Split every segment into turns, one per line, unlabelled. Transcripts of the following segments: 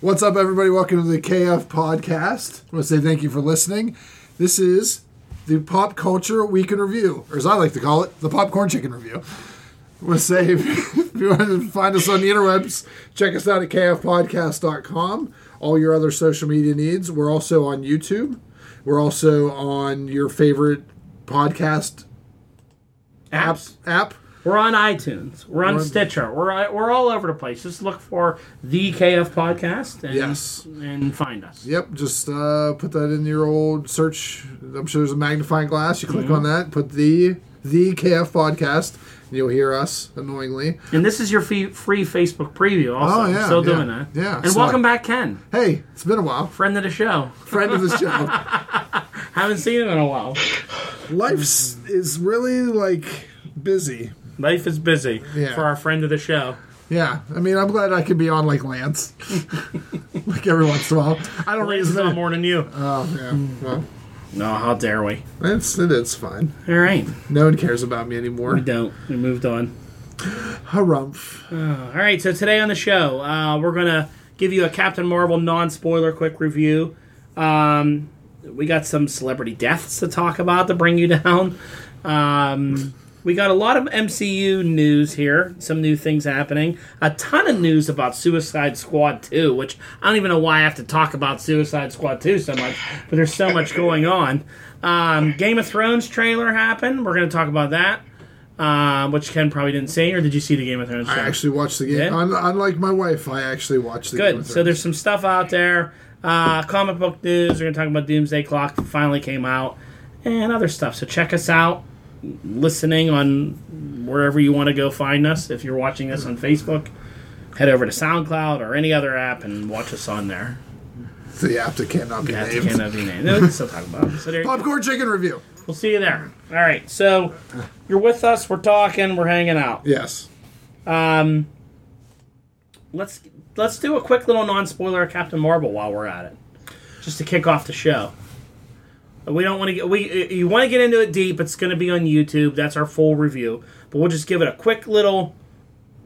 What's up, everybody? Welcome to the KF Podcast. I want to say thank you for listening. This is the Pop Culture Week in Review, or as I like to call it, the Popcorn Chicken Review. I want to say if if you want to find us on the interwebs, check us out at kfpodcast.com. All your other social media needs. We're also on YouTube. We're also on your favorite podcast apps app.
We're on iTunes. We're on
We're-
Stitcher. We're we're all over the place. Just look for the KF podcast. And,
Yes.
and find us.
Yep, just uh, put that in your old search. I'm sure there's a magnifying glass. You click
Mm-hmm.
on that, put the the KF podcast, and you'll hear us annoyingly.
And this is your free, free Facebook preview. Also,
Oh, yeah,
I'm still
yeah,
doing that.
yeah.
And
It's
welcome
not-
back, Ken,
Hey, it's been a while.
friend of the show.
Friend of the show.
Haven't seen him in a while.
Life's is really like busy.
Life is busy
Yeah.
for our friend of the show.
Yeah, I mean, I'm glad I can be on like Lance, like every once in a while. I don't
Lance
raise
is on
that.
more than you.
Oh yeah, well,
No, how dare we?
it's it is fine.
All right,
No one cares about me
we
anymore.
don't. We moved on.
Harumph.
All right, so today on the show, uh, we're gonna give you a Captain Marvel non-spoiler quick review. Um, we got some celebrity deaths to talk about to bring you down. Um, we got a lot of MCU news here, some new things happening, a ton of news about Suicide Squad 2, which I don't even know why I have to talk about Suicide Squad 2 so much, but there's so much going on. Um, Game of Thrones trailer happened. We're going to talk about that, uh, which Ken probably didn't see, or did you see the Game of Thrones
I
trailer?
actually watched the game.
Yeah.
Un- unlike my wife, I actually watched the game.
Good.
with her.
So there's some stuff out there. Uh, comic book news. We're gonna talk about Doomsday Clock. Finally came out, and other stuff. So check us out. Listening on wherever you want to go find us. If you're watching this on Facebook, head over to SoundCloud or any other app and watch us on there.
The app that cannot be
Yeah, I
named.
can't have your name. No, we can still talk about it. So there,
Popcorn chicken review.
we'll see you there. All right. So you're with us. We're talking. We're hanging out.
Yes.
Um, let's let's do a quick little non-spoiler of Captain Marvel while we're at it, just to kick off the show. We don't want to get we you want to get into it deep. It's going to be on YouTube. That's our full review, but we'll just give it a quick little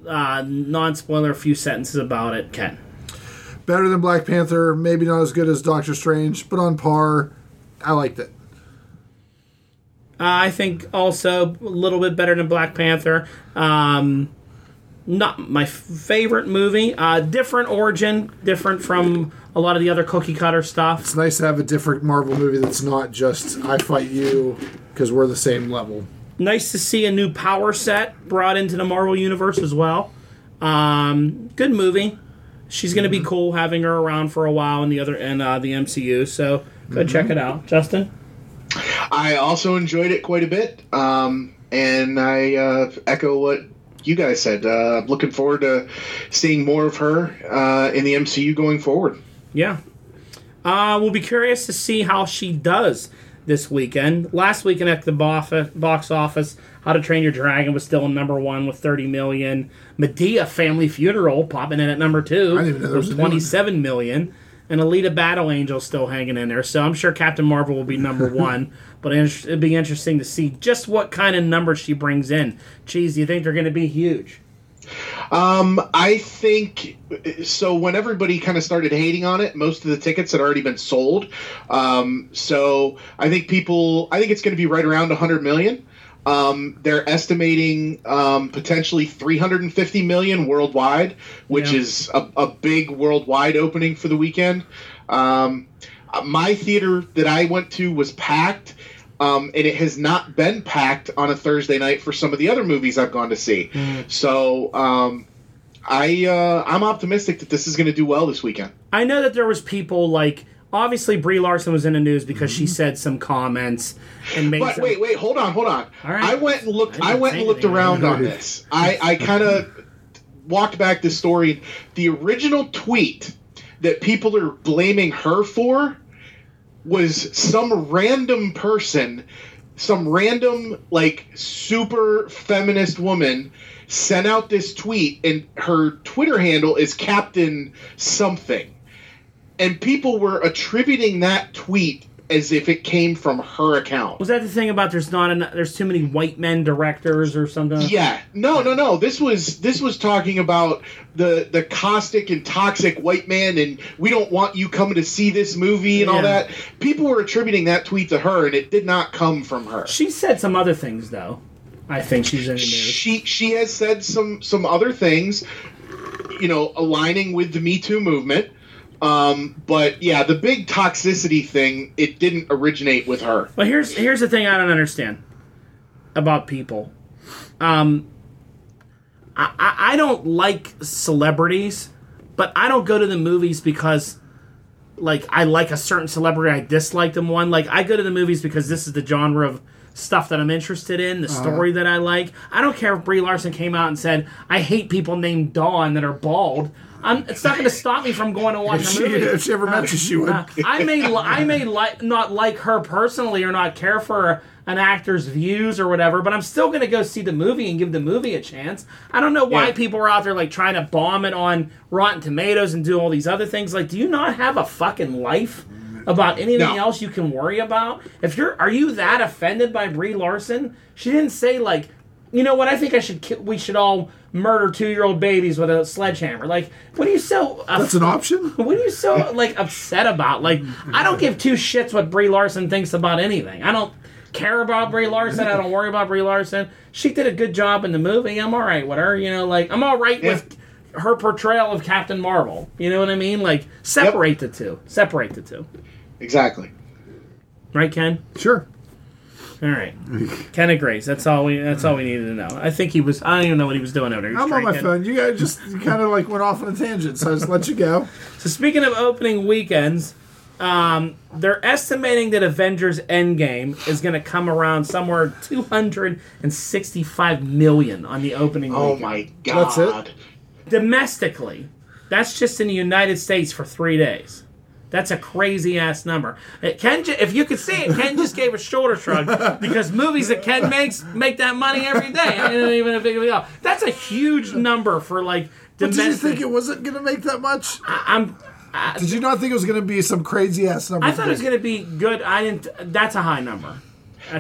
uh, non-spoiler, few sentences about it. Ken,
Better than Black Panther, maybe not as good as Doctor Strange, but on par. I liked it.
uh, I think also a little bit better than Black Panther. Um, not my f- favorite movie. Uh, different origin, different from a lot of the other cookie cutter stuff.
It's nice to have a different Marvel movie that's not just I fight you because we're the same level.
nice to see a new power set brought into the Marvel universe as well. Um, good movie. She's going to be cool having her around for a while in the other in uh, the MCU. So go check it out, Justin.
I also enjoyed it quite a bit, um, and I uh, echo what you guys said. Uh, looking forward to seeing more of her uh, in the MCU going forward.
Yeah, uh, we'll be curious to see how she does this weekend. Last weekend at the bof- box office, How to Train Your Dragon was still number one with thirty million. Medea Family Funeral popping in at number two
didn't even know there was
with
a new one.
twenty seven million. And Alita Battle Angel still hanging in there, so I'm sure Captain Marvel will be number one. But it- it'd be interesting to see just what kind of numbers she brings in. Geez, do you think they're going to be huge?
Um, I think so. When everybody kind of started hating on it, most of the tickets had already been sold. Um, so I think people, I think it's going to be right around 100 million. Um, they're estimating um, potentially 350 million worldwide, which
Yeah.
is a, a big worldwide opening for the weekend. Um, my theater that I went to was packed. Um, and it has not been packed on a Thursday night for some of the other movies I've gone to see. So um, I uh, I'm optimistic that this is going to do well this weekend.
I know that there was people like obviously Brie Larson was in the news because she said some comments and made
Mm-hmm. But
some,
wait, wait, hold on, hold on.
All right.
I went and looked.
I
I,
didn't
went
say
and looked
anything.
around on this. I I kind of walked back this story. The original tweet that people are blaming her for was some random person, some random like super feminist woman sent out this tweet, and her Twitter handle is Captain something. and people were attributing that tweet as if it came from her account.
Was that the thing about there's not enough, there's too many white men directors or something?
Yeah. No, no, no. This was this was talking about the the caustic and toxic white man and we don't want you coming to see this movie and
Yeah.
all that. People were attributing that tweet to her and it did not come from her.
She said some other things though. I think she's in the news.
She she has said some some other things, you know, aligning with the Me Too movement. Um, but yeah, the big toxicity thing, it didn't originate with her.
But here's here's the thing I don't understand about people. Um, I, I I don't like celebrities, but I don't go to the movies because like I like a certain celebrity, I dislike them one. Like I go to the movies because this is the genre of stuff that I'm interested in, the story that I like. I don't care if Brie Larson came out and said, "I hate people named Dawn that are bald." I'm, it's not going to stop me from going to watch
If
a
she,
movie.
if she ever met you, she would.
Uh, I may li- I may li- not like her personally or not care for an actor's views or whatever, but I'm still going to go see the movie and give the movie a chance. I don't know why
Yeah.
people are out there like trying to bomb it on Rotten Tomatoes and do all these other things. Like, do you not have a fucking life? About anything
No.
else you can worry about? If you're, are you that offended by Brie Larson? She didn't say like, you know what? I think I should. Ki- we should all murder two-year-old babies with a sledgehammer. Like, what are you so? That's
That's an option.
what are you so like upset about? Like, I don't give two shits what Brie Larson thinks about anything. I don't care about Brie Larson. I don't worry about Brie Larson. She did a good job in the movie. I'm all right with her. You know, like I'm all right with her portrayal of Captain Marvel. You know what I mean? Like, separate the two. Separate the two.
Exactly.
Right, Ken?
Sure.
All right. Ken agrees. That's all we. That's all we needed to know. I think he was. I don't even know what he was doing over there. He was
I'm on my
drinking.
phone. You guys just kind of like went off on a tangent, so I just let you go.
So speaking of opening weekends, um, they're estimating that Avengers Endgame is going to come around somewhere 265 million on the opening
Oh
weekend.
my god.
That's it?
Domestically, that's just in the United States for three days. That's a crazy ass number. Uh, Ken, ju- if you could see it, Ken just gave a shoulder shrug because movies that Ken makes make that money every day. I don't even think of it. That's a huge number for like
Did you
domestic.
think it wasn't going to make that much?
I'm
Did you not think it was going to be some crazy ass number?
I thought it was going to be good. I didn't. That's a high number.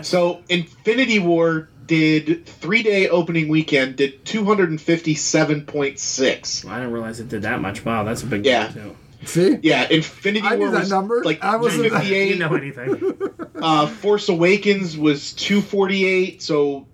So Infinity War did three day opening weekend did two hundred and fifty seven point six.
I didn't realize it did that much. Wow, that's a big
Yeah.
deal,
See?
Yeah, Infinity
I knew
War
that
was
number.
like
I wasn't-
too. You
258.
know anything?
Uh, Force Awakens was two forty eight. So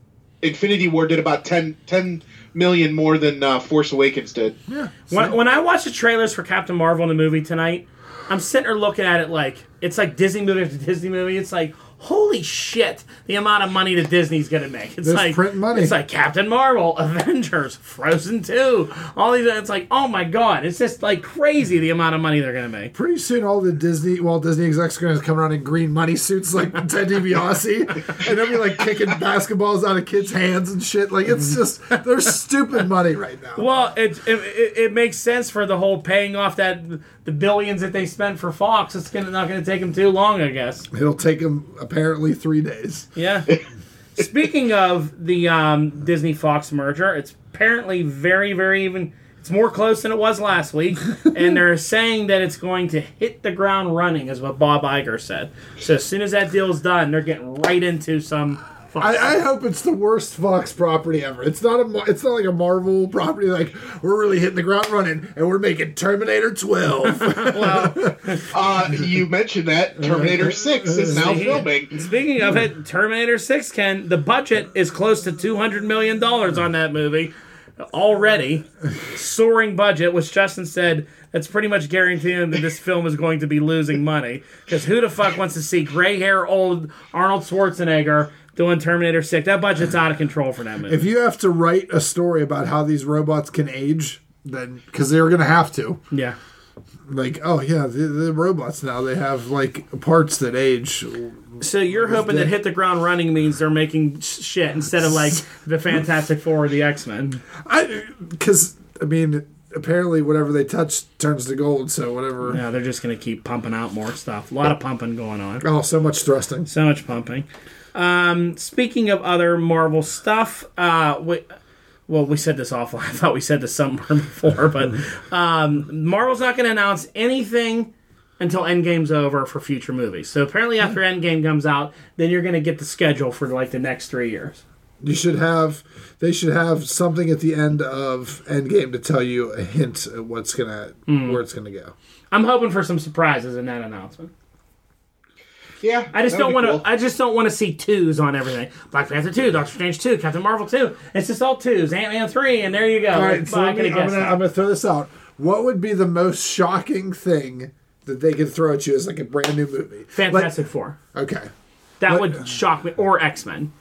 Infinity War did about 10, 10 million more than uh, Force Awakens did.
Yeah.
when, when I watch the trailers for Captain Marvel in the movie tonight, I'm sitting there looking at it like it's like Disney movie after Disney movie. It's like holy shit, the amount of money that Disney's going to make. It's
They're
like
printing money.
It's like Captain Marvel, Avengers, Frozen Two, all these. It's like oh my god, it's just like crazy the amount of money they're going to make.
Pretty soon, all the Disney Walt Disney execs are going to come around in green money suits like Ted DiBiase, and they'll be like kicking basketballs out of kids' hands and shit. Like it's just they're stupid money right now.
Well, it, it- it it makes sense for the whole paying off that the billions that they spent for Fox. It's gonna, not going to take them too long, I guess.
It'll take them apparently three days.
Yeah. Speaking of the um, Disney Fox merger, it's apparently very, very even. It's more close than it was last week, and they're saying that it's going to hit the ground running, is what Bob Iger said. So as soon as that deal's done, they're getting right into some. Fox.
I, I hope it's the worst Fox property ever. It's not a. Mar- It's not like a Marvel property. Like we're really hitting the ground running, and we're making Terminator Twelve.
Uh, you mentioned that Terminator Six is now filming.
Speaking of it, Terminator 6, Ken, the budget is close to $200 million on that movie already. Soaring budget, which Justin said that's pretty much guaranteeing that this film is going to be losing money. Because who the fuck wants to see gray hair old Arnold Schwarzenegger doing Terminator 6? That budget's out of control for that movie.
if you have to write a story about how these robots can age, then because they're going to have to.
yeah.
like oh yeah the, the robots now they have like parts that age
So you're hoping that hit the ground running means they're making sh- shit instead of like the Fantastic Four or the X Men.
i because i mean apparently whatever they touch turns to gold so whatever
No, they're just going to keep pumping out more stuff. A lot of pumping going on.
oh so much thrusting
So much pumping. Um, speaking of other Marvel stuff, uh, we, well, we said this offline. I thought we said this somewhere before, but um, Marvel's not going to announce anything until Endgame's over for future movies. So
Hmm.
apparently, after Endgame comes out, then you're going to get the schedule for like the next three years.
You should have. They should have something at the end of Endgame to tell you a hint at what's gonna where it's gonna go.
I'm hoping for some surprises in that announcement.
Yeah,
I just
that
don't
would
want
be
to.
cool.
I just don't want to see twos on everything. Black Panther two, Doctor Strange two, Captain Marvel two. It's just all twos. Ant Man three, and there you go.
All right, so
I
let me-
could've
I'm,
guessed
gonna,
that.
I'm gonna throw this out. What would be the most shocking thing that they could throw at you as like a brand new movie?
Fantastic Four.
Like, okay.
That
what-
would shock me, or X Men.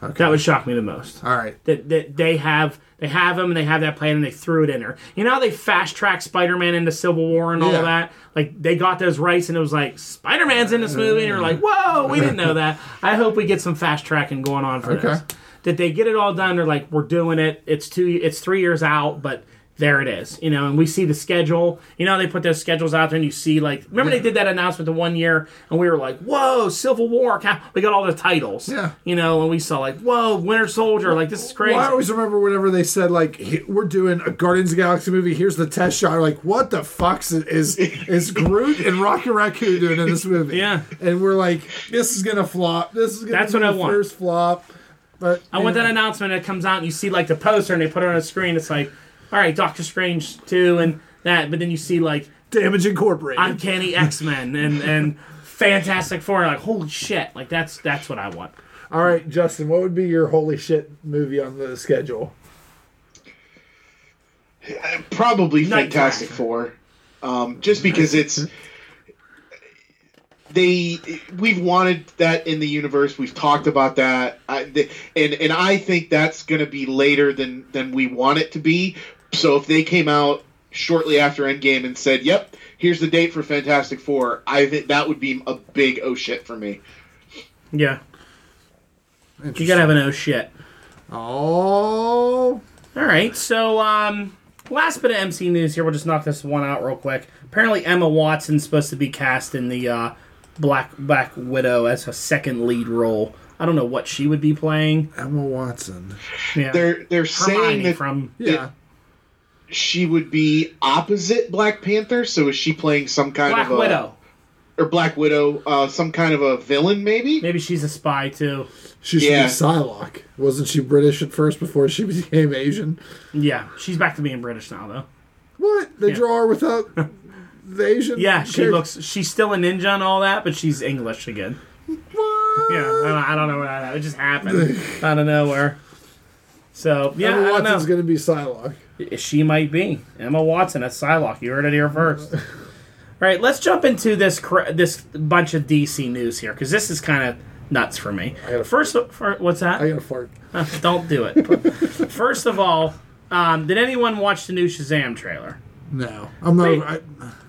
That would shock me the most.
All right.
That, that they have they have him and they have that plan and they threw it in her. You know how they fast tracked Spider Man into Civil War and all
Yeah.
that. Like they got those rights and it was like Spider Man's in this movie and you're like, whoa, we didn't know that. I hope we get some fast tracking going on for this.
Okay.
That they get it all done. They're like, we're doing it. It's two. It's three years out, but there it is. You know, and we see the schedule. You know, how they put those schedules out there and you see like. Remember they did that announcement the one year and we were like, whoa, Civil War. Cap- We got all the titles.
Yeah.
You know, and we saw like, whoa, Winter Soldier. Like this is crazy.
Well, I always remember whenever they said like "He- we're doing a Guardians of the Galaxy movie. Here's the test shot. Like what the fuck's i- is is Groot and Rocket Raccoon doing in this movie?
Yeah.
and we're like, this is gonna flop. This is gonna
That's
be
what I
the
want.
first flop. But
I want that announcement that comes out and you see like the poster and they put it on a screen. It's like, all right, Doctor Strange two and that, but then you see like
Damage Incorporated.
Uncanny X Men and and Fantastic Four. Like holy shit! Like that's that's what I want.
All right, Justin, what would be your holy shit movie on the schedule?
probably
Night
Fantastic Four, um, just because it's they we've wanted that in the universe. We've talked about that, I, the, and and I think that's going to be later than than we want it to be. So if they came out shortly after Endgame and said, "Yep, here's the date for Fantastic Four, I think that would be a big oh shit for me.
Yeah, you
Interesting.
gotta have an oh shit.
Oh,
All right, so um, last bit of MC news here. We'll just knock this one out real quick. Apparently, Emma Watson's supposed to be cast in the uh, Black Black Widow as a second lead role. I don't know what she would be playing.
Emma Watson.
Yeah.
They're they're saying
Hermione
that
from
Yeah,
she would be opposite Black Panther. So is she playing some kind
Black
of a,
Widow.
or Black Widow, uh, some kind of a villain, maybe.
Maybe she's a spy too.
she should
Yeah.
be Psylocke. Wasn't she British at first before she became Asian?
Yeah, she's back to being British now though.
What they
Yeah.
draw her without the Asian?
Yeah, she
character-
looks. She's still a ninja and all that, but she's English again.
What?
Yeah, I don't, I don't know where that. It just happened out of nowhere. So yeah,
Emma
I don't know.
Watson's gonna be Psylocke.
She might be Emma Watson at Psylocke. You heard it here first. All right, let's jump into this cra- this bunch of DC news here because this is kind of nuts for me.
gotta-
First, for, what's that?
I gotta fart.
Don't do it. First of all, um, did anyone watch the new Shazam trailer?
No, I'm not.
Wait.
I,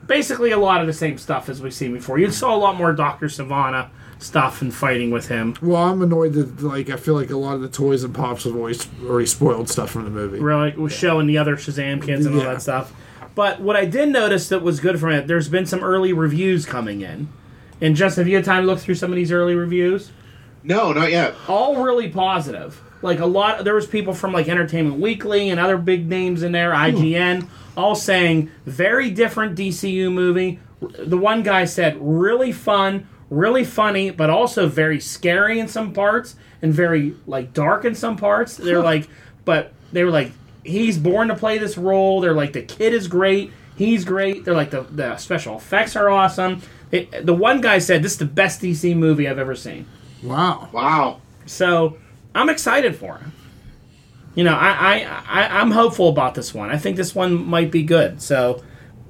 Basically, a lot of the same stuff as we've seen before. You saw a lot more Doctor Savannah stuff and fighting with him.
well, I'm annoyed that like I feel like a lot of the toys and pops have always already spoiled stuff from the movie.
really was showing the other Shazam kids and all
Yeah.
that stuff. But what I did notice that was good from it, there's been some early reviews coming in. And just have you had time to look through some of these early reviews?
No, not yet.
All really positive. Like a lot, there was people from like Entertainment Weekly and other big names in there, IGN, all saying very different DCU movie. The one guy said really fun, really funny, but also very scary in some parts and very like dark in some parts. They're like, but they were like, he's born to play this role. They're like, the kid is great. He's great. They're like, the, the special effects are awesome. It, the one guy said, this is the best DC movie I've ever seen.
Wow.
Wow.
So I'm excited for him. You know, I, I, I I'm hopeful about this one. I think this one might be good. So,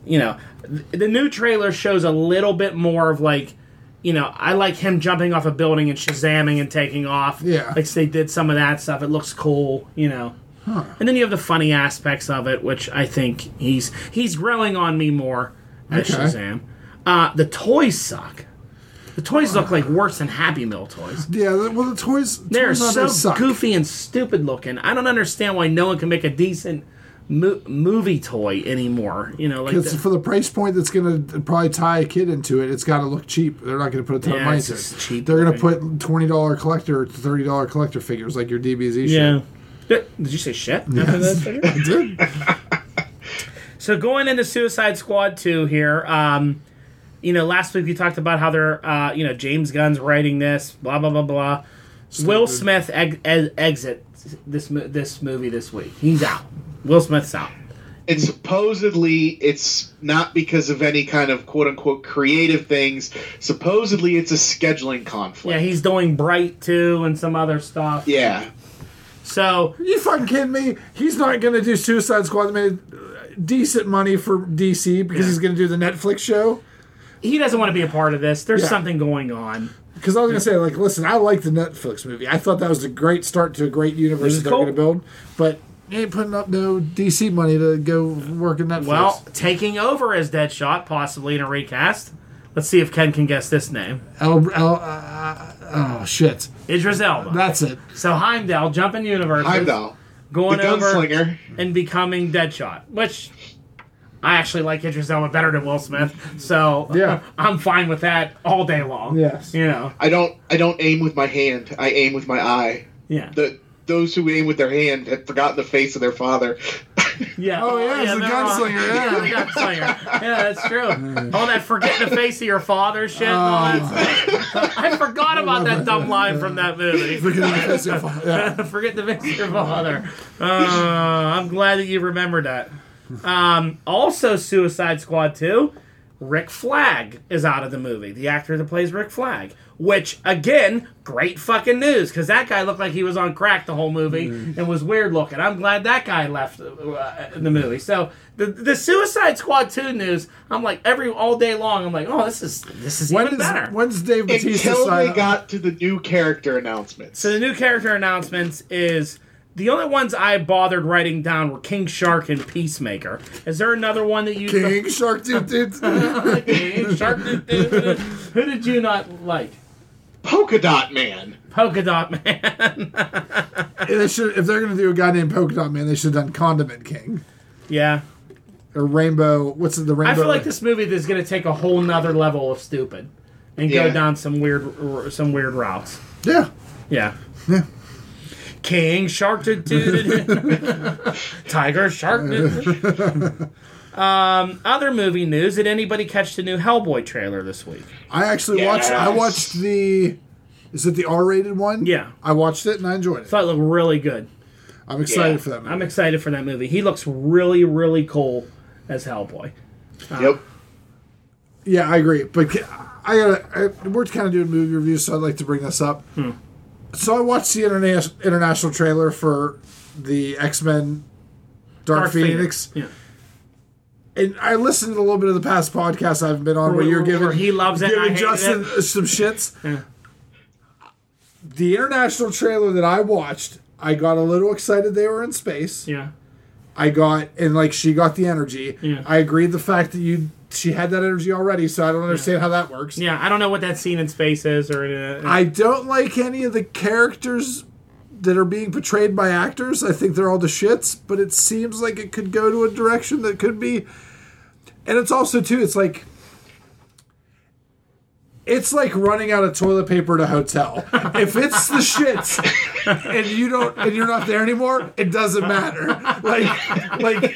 you know, th- the new trailer shows a little bit more of like, you know, I like him jumping off a building and shazamming and taking off.
Yeah.
like they did some of that stuff. It looks cool. You know. And then you have the funny aspects of it, which I think he's he's growing on me more as
Okay.
Shazam. Uh, the toys suck. The toys look like worse than Happy Meal toys.
Yeah. the- Well, the toys.
They're
toys on there
so
suck.
goofy and stupid looking. I don't understand why no one can make a decent mo- movie toy anymore. You know, like
It's
the,
for the price point that's going to probably tie a kid into it. It's got to look cheap. They're not going to put a ton
Yeah,
of money
it's
into
just
it.
cheap
They're going to put
looking.
twenty dollar collector, to thirty dollar collector figures like your DBZ.
yeah. Did did you say shit? after that?
shit. Dude.
so going into Suicide Squad two here, um, you know, last week we talked about how they're, uh, you know, James Gunn's writing this, blah blah blah blah. Will Smith eg- eg- exit this mo- this movie this week. He's out. Will Smith's out.
and supposedly it's not because of any kind of quote unquote creative things. Supposedly it's a scheduling conflict.
Yeah, he's doing Bright too and some other stuff.
Yeah.
So
You fucking kidding me? He's not gonna do Suicide Squad. They made decent money for DC because he's gonna do the Netflix show.
he doesn't want to be a part of this. There's
Yeah.
something going on.
Because I was gonna say, like, listen, I like the Netflix movie. I thought that was a great start to a great universe
was
that they're
cool.
gonna build. But you ain't putting up no DC money to go work in Netflix.
Well, taking over as Deadshot, possibly in a recast. Let's see if Ken can guess this name.
El, El, uh, oh shit,
Idris Elba.
that's it.
so Heimdall jumping universes,
Heimdall. The
going over
gunslinger.
and becoming Deadshot, which I actually like Idris Elba better than Will Smith, so
Yeah.
I'm fine with that all day long.
Yes.
you know,
I don't I don't aim with my hand. I aim with my eye.
yeah,
The those who aim with their hand have forgotten the face of their father.
yeah.
Oh, yeah, he's a
they're
gunslinger,
all-
yeah.
yeah, the gunslinger. Yeah, that's true. All that forgetting the face of your father shit. and all that
Oh.
stuff. I forgot about that dumb line from that movie.
yeah.
Forget the face of your father. Uh, I'm glad that you remembered that. Um, also, Suicide Squad 2, Rick Flag is out of the movie. The actor that plays Rick Flag. Which, again, great fucking news because that guy looked like he was on crack the whole movie and was weird looking. I'm glad that guy left uh, in the movie. So the the Suicide Squad two news, I'm like every all day long. I'm like, oh, this is this is
When
even better.
is, when's Dave Bautista
Until
sign
they
up?
got to the new character announcements.
So the new character announcements is the only ones I bothered writing down were King Shark and Peacemaker. Is there another one that you
King Shark dude, dude. I
King Shark? Who did you not like?
Polka dot man.
Polka Dot Man.
they should, if they're gonna do a guy named Polka Dot Man, they should have done Condiment King
yeah.
or Rainbow. What's it, the Rainbow?
I feel like this movie is going to take a whole nother level of stupid and go
Yeah.
down some weird some weird routes.
Yeah.
Yeah. King Shark did- did- did- Tiger Shark. did- um, other movie news. Did anybody catch the new Hellboy trailer this week?
I actually watched. I
Yes.
watched the. Is it the R-rated one?
Yeah.
I watched it and I enjoyed it.
Thought it looked really good.
I'm excited
Yeah.
for that. Movie.
I'm excited for that movie. He looks really, really cool as Hellboy.
yep.
Yeah, I agree. But ca- I gotta. I, we're kind of doing movie reviews, so I'd like to bring this up.
Hmm.
So I watched the interna- international trailer for the X Men Dark, Phoenix,
Yeah.
and I listened to a little bit of the past podcast I've been on where,
Where-
you're
where
giving
he loves it and I
giving
hate
Justin some shits. The international trailer that I watched, I got a little excited. They were in space.
Yeah.
I got and like she got the energy.
Yeah.
I agreed the fact that you she had that energy already, so I don't understand how that works.
Yeah. I don't know what that scene in space is or. in, uh,
I don't like any of the characters that are being portrayed by actors. I think they're all the shits, but it seems like it could go to a direction that could be. And it's also too. It's like. It's like running out of toilet paper at a hotel. If it's the shits, and you don't, and you're not there anymore, it doesn't matter. Like, like,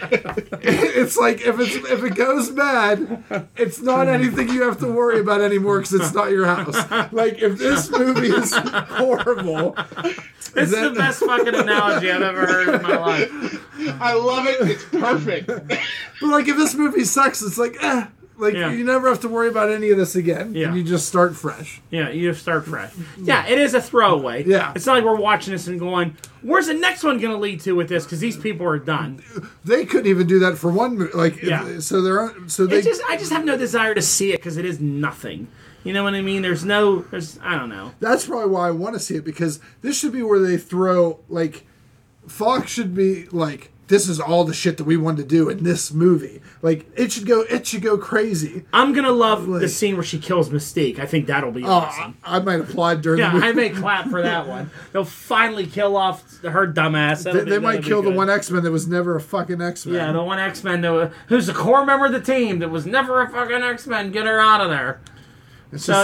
it's like if it's if it goes bad, it's not anything you have to worry about anymore because it's not your house. Like, if this movie is horrible,
it's
that-
the best fucking analogy I've ever heard in my life.
I love it. It's perfect.
But like, if this movie sucks, it's like, eh, like
Yeah.
you never have to worry about any of this again.
Yeah.
You just start fresh.
Yeah, you just start fresh. Yeah, it is a throwaway.
Mm-hmm. Yeah.
It's not like we're watching this and going, where's the next one going to lead to with this? Because these people are done.
They couldn't even do that for one movie. Like,
Yeah.
so they're so they
It's just, I just have no desire to see it because it is nothing. You know what I mean? There's no, there's, I don't know.
that's probably why I want to see it because this should be where they throw like Fox should be like this is all the shit that we wanted to do in this movie. Like it should go it should go crazy.
I'm gonna love the
Like-
scene where she kills Mystique. I think that'll be
Oh,
awesome.
I, I might applaud during
Yeah,
the movie.
I may clap for that one. They'll finally kill off her dumbass. That'll
they,
be-
they
that'll
might
be
kill the
good.
one X Men that was never a fucking X Men.
Yeah, the one X Men who's a core member of the team that was never a fucking X Men. Get her out of there. So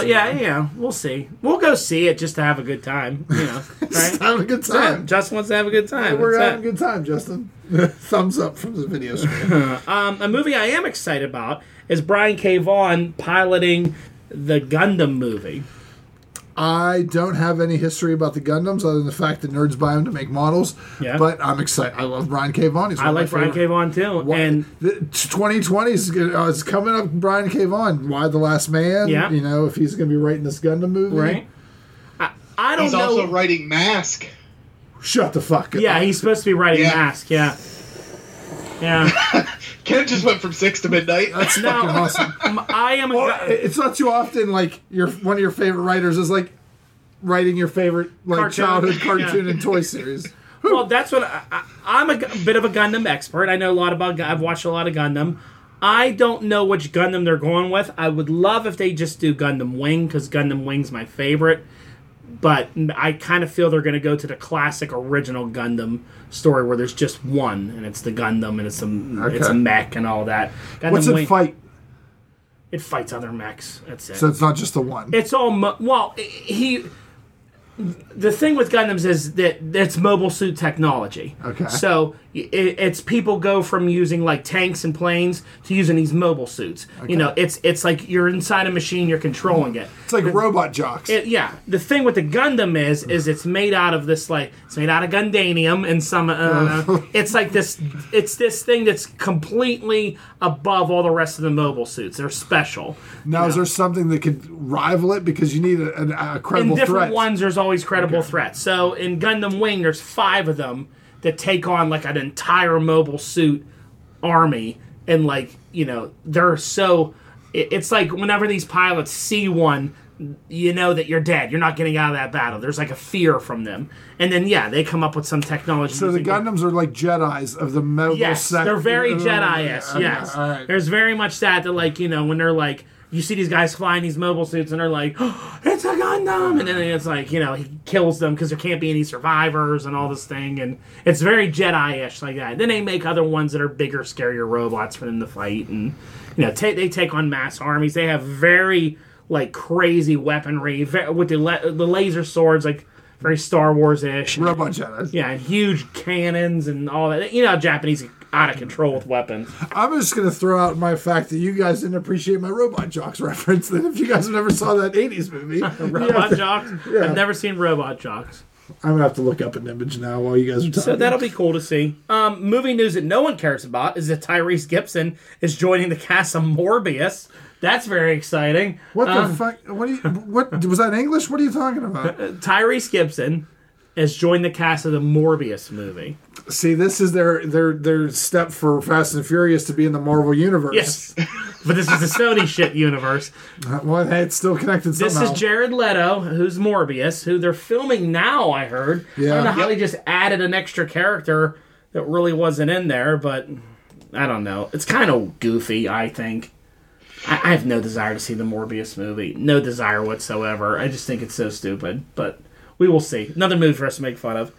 yeah, yeah, we'll see. We'll go see it just to have a good time. You know, right?
having a good time.
Just wants to have a good time. uh,
We're
That's it.
having a good time, Justin. Thumbs up from the video screen.
Um, a movie I am excited about, is Brian K. Vaughan piloting the Gundam movie.
I don't have any history about the Gundams other than the fact that nerds buy them to make models.
Yeah.
But I'm excited. I love Brian K. Vaughan. He's one
I
of my
like Brian
favorite-
K. Vaughan too,
Why-
and
the, 2020 is gonna- uh, it's coming up. Brian K. Vaughan, Why the Last Man?
Yeah.
You know, if he's going to be writing this Gundam movie,
right. I, I don't
He's
know.
also writing Mask.
Shut the fuck up.
yeah, he's supposed to be writing
Yeah.
Mask. Yeah, yeah.
Ken just went from six to midnight.
That's fucking
Now-
awesome.
Um, I am. A,
Well,
gu-
it- it's not too often like your one of your favorite writers is like writing your favorite like
Cartoon.
childhood cartoon and toy series.
well, that's what I, I, I'm a gu- bit of a Gundam expert. I know a lot about. Gu- I've watched a lot of Gundam. I don't know which Gundam they're going with. I would love if they just do Gundam Wing because Gundam Wing's my favorite. But I kind of feel they're going to go to the classic original Gundam story where there's just one, and it's the Gundam, and it's a it's a
Okay.
mech and all that. Gundam
What's it
Wing-
fight?
It fights other mechs. That's it.
So it's not just the one.
it's all mo- well. i- He the thing with Gundams is that it's mobile suit technology.
Okay.
So i it's people go from using like tanks and planes to using these mobile suits. You know, it's it's like you're inside a machine, you're controlling it.
It's like robot jocks.
It- yeah, the thing with the Gundam is, is it's made out of this like it's made out of Gundanium and some. Uh, it's like this. It's this thing that's completely above all the rest of the mobile suits. They're special.
now, is there something that could rival it? Because you need a, a, a
in
credible
different
threat.
ones there's always credible threats so in gundam wing there's five of them that take on like an entire mobile suit army and like you know they're so it- it's like whenever these pilots see one you know that you're dead you're not getting out of that battle there's like a fear from them and then yeah they come up with some technology
So the
using-
Gundams are like Jedi's of the mobile
Yes,
sect-
they're very
uh,
Jedi-esque.
okay,
yes,
all right.
there's very much that that like you know when they're like you see these guys flying these mobile suits and they're like it's a Gundam and then it's like you know he kills them because there can't be any survivors and all this thing and it's very Jedi-ish like that. Then they make other ones that are bigger, scarier robots for them to fight and you know ta they take on mass armies. They have very like crazy weaponry ve- with the la- the laser swords like very Star Wars ish.
Robot Jedi's.
Yeah, and huge cannons and all that. You know, how Japanese are out of control with weapons.
I'm just gonna throw out my fact that you guys didn't appreciate my Robot Jocks reference. Then if you guys never saw that '80s movie,
Robot jocks. I've never seen robot jocks.
I'm gonna have to look up an image now while you guys are talking.
So that'll be cool to see. Um, movie news that no one cares about is that Tyrese Gibson is joining the cast of Morbius. That's very exciting. Uh,
what
Um,
the fuck? What? Are you, what was that English? What are you talking about?
Tyrese Gibson has joined the cast of the Morbius movie.
See, this is their their their step for Fast and Furious to be in the Marvel universe.
Yes. but this is the Sony shit universe.
Uh, well, hey, it's still connected
This
somehow.
is Jared Leto, who's Morbius, who they're filming now. I heard. I
Yeah.
don't know how
Yep.
they just added an extra character that really wasn't in there, but I don't know. It's kind of goofy. I think. I, I have no desire to see the Morbius movie. No desire whatsoever. I just think it's so stupid. But we will see. Another movie for us to make fun of.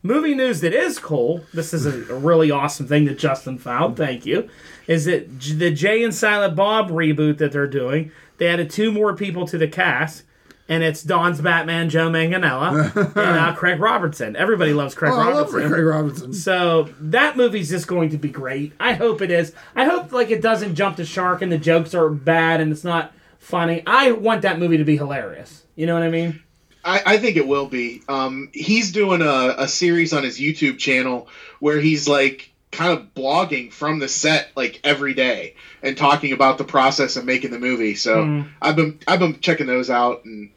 Movie news that is cool. This is a, a really awesome thing that Justin found. Thank you. Is that J- the Jay and Silent Bob reboot that they're doing? They added two more people to the cast, and it's Don's Batman, Joe Manganella, and uh, Craig Robertson. Everybody loves Craig
Oh, I love
Robertson.
Craig Robinson.
So that movie's just going to be great. I hope it is. I hope like it doesn't jump the shark and the jokes are bad and it's not funny. I want that movie to be hilarious. You know what I mean?
I, I think it will be. Um, he's doing a, a series on his YouTube channel where he's like kind of blogging from the set like every day and talking about the process of making the movie. So
Hmm.
I've been I've been checking those out, and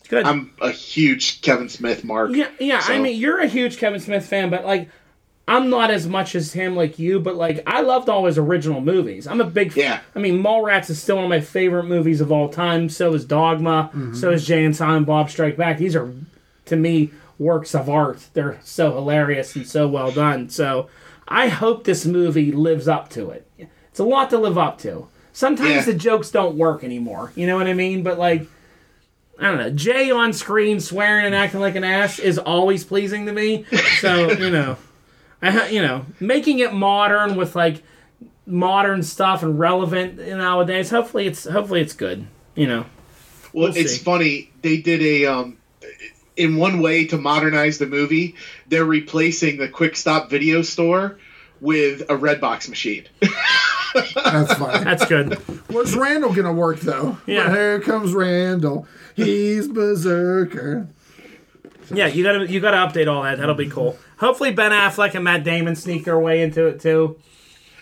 It's good.
I'm a huge Kevin Smith mark.
Yeah, yeah. I
So-
mean, you're a huge Kevin Smith fan, but like, I'm not as much as him like you. But like, I loved all his original movies. I'm a big.
Yeah.
I mean, Mallrats is still one of my favorite movies of all time. So is Dogma. So is Jay and Silent Bob Strike Back. These are, to me, works of art. They're so hilarious and so well done. So I hope this movie lives up to it. It's a lot to live up to. Sometimes
Yeah.
the jokes don't work anymore. You know what I mean? But like. I don't know. Jay on screen swearing and acting like an ass is always pleasing to me. So you know, I ha- you know making it modern with like modern stuff and relevant nowadays. Hopefully it's hopefully it's good. You know.
Well,
We'll
it's
see.
funny. They did a um, in one way to modernize the movie. They're replacing the quick stop video store with a Redbox machine.
That's funny.
That's good.
Where's Randall gonna work though?
Yeah.
Here comes Randall. He's berserker.
Yeah, you gotta you gotta update all that. That'll be cool. Hopefully, Ben Affleck and Matt Damon sneak their way into it too.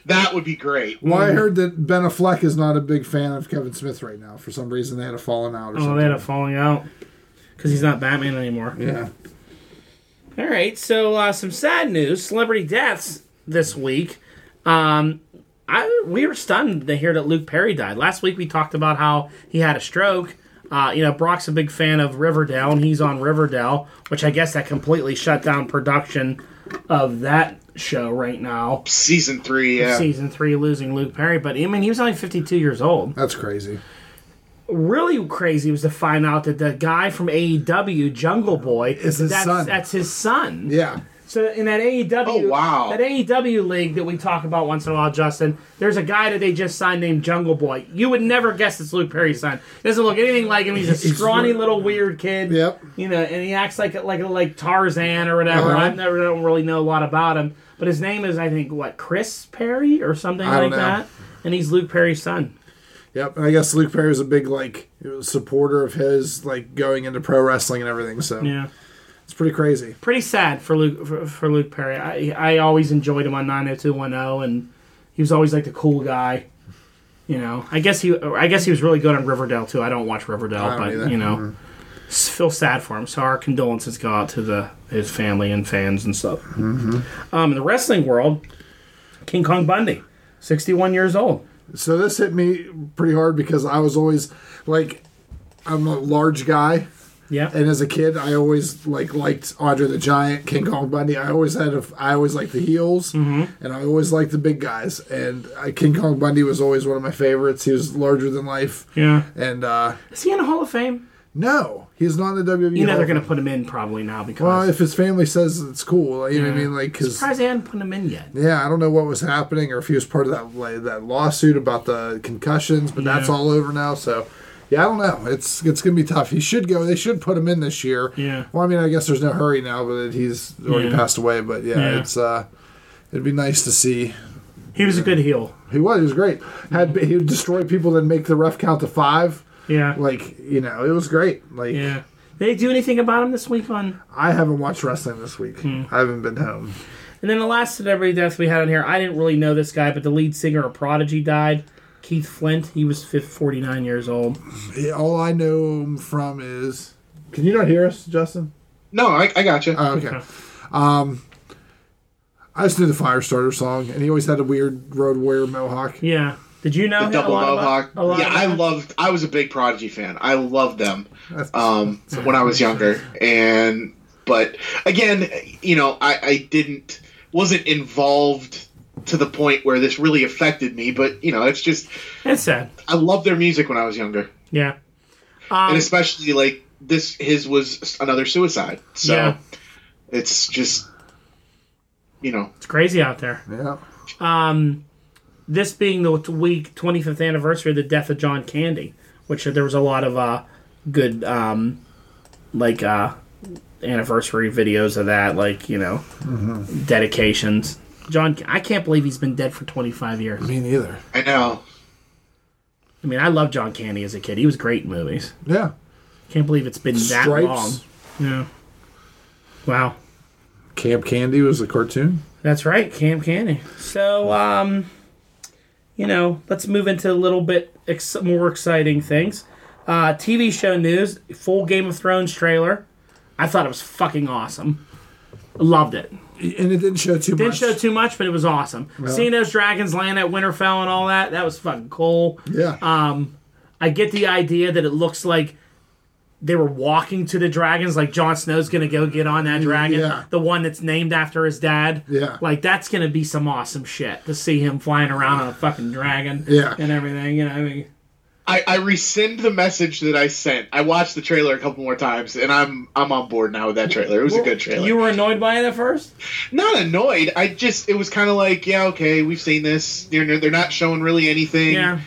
That would be great.
Well, I heard that Ben Affleck is not a big fan of Kevin Smith right now. For some reason, they had a falling out or
Oh,
something.
they had a falling out because he's not Batman anymore.
yeah.
All right, so uh, some sad news: celebrity deaths this week. Um, I we were stunned to hear that Luke Perry died. Last week we talked about how he had a stroke. Uh, you know, Brock's a big fan of Riverdale, and he's on Riverdale, which I guess that completely shut down production of that show right now.
Season three, yeah.
Season three, losing Luke Perry, but I mean, he was only fifty-two years old
That's crazy.
really crazy was to find out that the guy from AEW, Jungle Boy,
Is his
that's,
son.
That's his son.
Yeah.
So in that AEW,
Oh, wow.
that AEW league that we talk about once in a while, Justin, there's a guy that they just signed named Jungle Boy. You would never guess it's Luke Perry's son. He doesn't look anything like him. He's a
He's
scrawny
re-
little weird kid.
Yep.
You know, and he acts like like like Tarzan or whatever.
Uh-huh.
I've never don't really know a lot about him, but his name is I think what Chris Perry or something
I don't
like
know.
that, and he's Luke Perry's son.
Yep. And I guess Luke Perry is a big like supporter of his, like going into pro wrestling and everything. So
Yeah.
it's pretty crazy.
pretty sad for Luke for, for Luke Perry. I I always enjoyed him on 90210, and he was always like the cool guy. You know, I guess he I guess he was really good on Riverdale too. I don't watch Riverdale,
don't
but
either. Mm-hmm.
you know, s- feel sad for him. So our condolences go out to the his family and fans and stuff.
Mm-hmm.
Um, in the wrestling world, King Kong Bundy, 61 years old.
So this hit me pretty hard because I was always like, I'm a large guy,
Yeah,
and as a kid, I always like liked Andre the Giant, King Kong Bundy. I always had a, I always liked the heels,
Mm-hmm.
and I always liked the big guys. And uh, King Kong Bundy was always one of my favorites. He was larger than life.
yeah.
And uh,
Is he in the Hall of Fame?
no, he's not in the WWE.
You know
Hall
they're
of
gonna
Fame.
put him in probably now because.
Well, if his family says it's cool, you know what I
Yeah.
mean. Like, cause
Surprised they hadn't put him in yet.
yeah, I don't know what was happening or if he was part of that like, that lawsuit about the concussions, but that's
Yeah.
all over now. So, yeah, I don't know. It's it's gonna be tough. He should go. They should put him in this year.
Yeah.
Well, I mean, I guess there's no hurry now, but he's already
Yeah.
passed away. But yeah,
Yeah.
it's uh, it'd be nice to see.
He was a good heel.
He was. He was great. Had he would destroy people, then make the ref count to five.
Yeah.
Like you know, it was great. Like
Yeah. Did they do anything about him this week on?
I haven't watched wrestling this week.
Hmm.
I haven't been home.
And then the last celebrity death we had on here, I didn't really know this guy, but the lead singer of Prodigy died. Keith Flint, he was fif- 49 years old.
Yeah, all I know him from is. Can you not hear us, Justin?
No, I, I got you.
Oh, okay. Um, I just knew the Firestarter song, and he always had a weird Road Warrior mohawk.
Yeah. Did you know
the
him? a
double
lot
mohawk.
About, a lot
yeah, I
about-
loved. I was a big Prodigy fan. I loved them
That's-
um, when I was younger, and but again, you know, I, I didn't wasn't involved to the point where this really affected me. But you know, it's just
That's sad.
I loved their music when I was younger,
Yeah.
and
Um,
especially like this. His was another suicide, so
Yeah.
it's just you know
it's crazy out there.
Yeah.
Um, this being the week 25th anniversary of the death of John Candy, which there was a lot of uh, good um, like uh, anniversary videos of that, like you know, dedications. John, I can't believe he's been dead for 25 years.
Me neither.
I know
I mean, I love John Candy as a kid. He was great in movies.
Yeah.
Can't believe it's been that long.
Stripes.
Yeah. Wow.
Camp Candy was a cartoon.
That's right, Cam Candy. So, um, you know, let's move into a little bit ex- more exciting things. Uh, TV show news: full Game of Thrones trailer. I thought it was fucking awesome. Loved it.
And it didn't show too
Didn't
much.
show too much, but it was awesome. Seeing those dragons land at Winterfell and all that—that was fucking cool.
yeah.
uh, I get the idea that it looks like they were walking to the dragons, like Jon Snow's gonna go get on that dragon,
yeah.
the one that's named after his dad.
Yeah.
like that's gonna be some awesome shit to see him flying around on a fucking dragon.
Yeah.
and everything. You know, I mean,
I, I rescind the message that I sent. I watched the trailer a couple more times, and I'm I'm on board now with that trailer. It was a good trailer.
You were annoyed by it at first.
Not annoyed. I just it was kind of like yeah, okay, we've seen this. They're they're not showing really anything.
Yeah,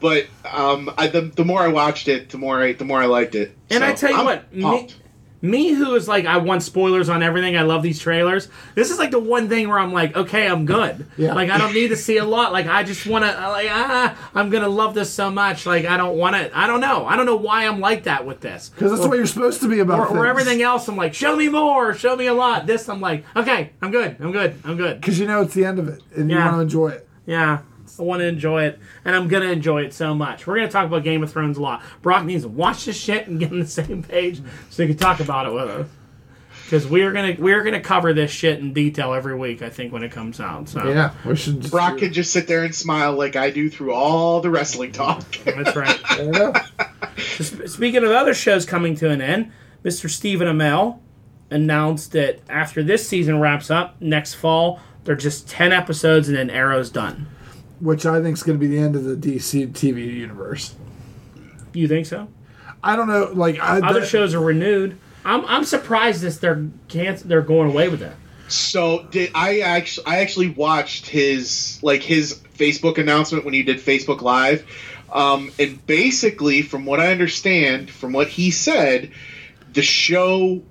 But um, I, the the more I watched it, the more I the more I liked it.
And I tell you
I'm
what, me-
pumped.
Me, who is like, I want spoilers on everything. I love these trailers. This is like the one thing where I'm like, okay, I'm good.
Yeah.
Like I don't need to see a lot. Like I just want to. Like ah, I'm gonna love this so much. Like I don't want to. I don't know. I don't know why I'm like that with this.
Because that's the way you're supposed to be about
Or,
things.
or everything else, I'm like, show me more, show me a lot. This, I'm like, okay, I'm good, I'm good, I'm good.
Because you know it's the end of it, and you
Yeah.
want to enjoy it.
Yeah, I want to enjoy it, and I'm gonna enjoy it so much. We're gonna talk about Game of Thrones a lot. Brock needs to watch this shit and get on the same page so he can talk about it with us. Because we're gonna we're gonna cover this shit in detail every week, I think, when it comes out. So
Yeah, we should. Just
Brock can just sit there and smile like I do through all the wrestling talk.
that's right.
There you go.
Sp- Speaking of other shows coming to an end, Mr. Stephen Amell announced that after this season wraps up, next fall, there are just 10 episodes and then Arrow's done.
Which I think is going to be the end of the DC TV universe.
You think so?
I don't know. Like I,
Other
that-
shows are renewed. I'm, I'm surprised this they're can't, they're going away with that.
So did I actually I actually watched his like his Facebook announcement when he did Facebook Live, um, and basically from what I understand from what he said, the show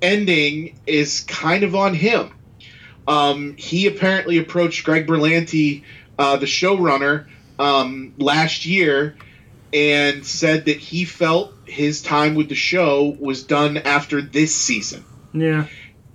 ending is kind of on him. Um, he apparently approached Greg Berlanti, uh, the showrunner, um, last year, and said that he felt his time with the show was done after this season
Yeah.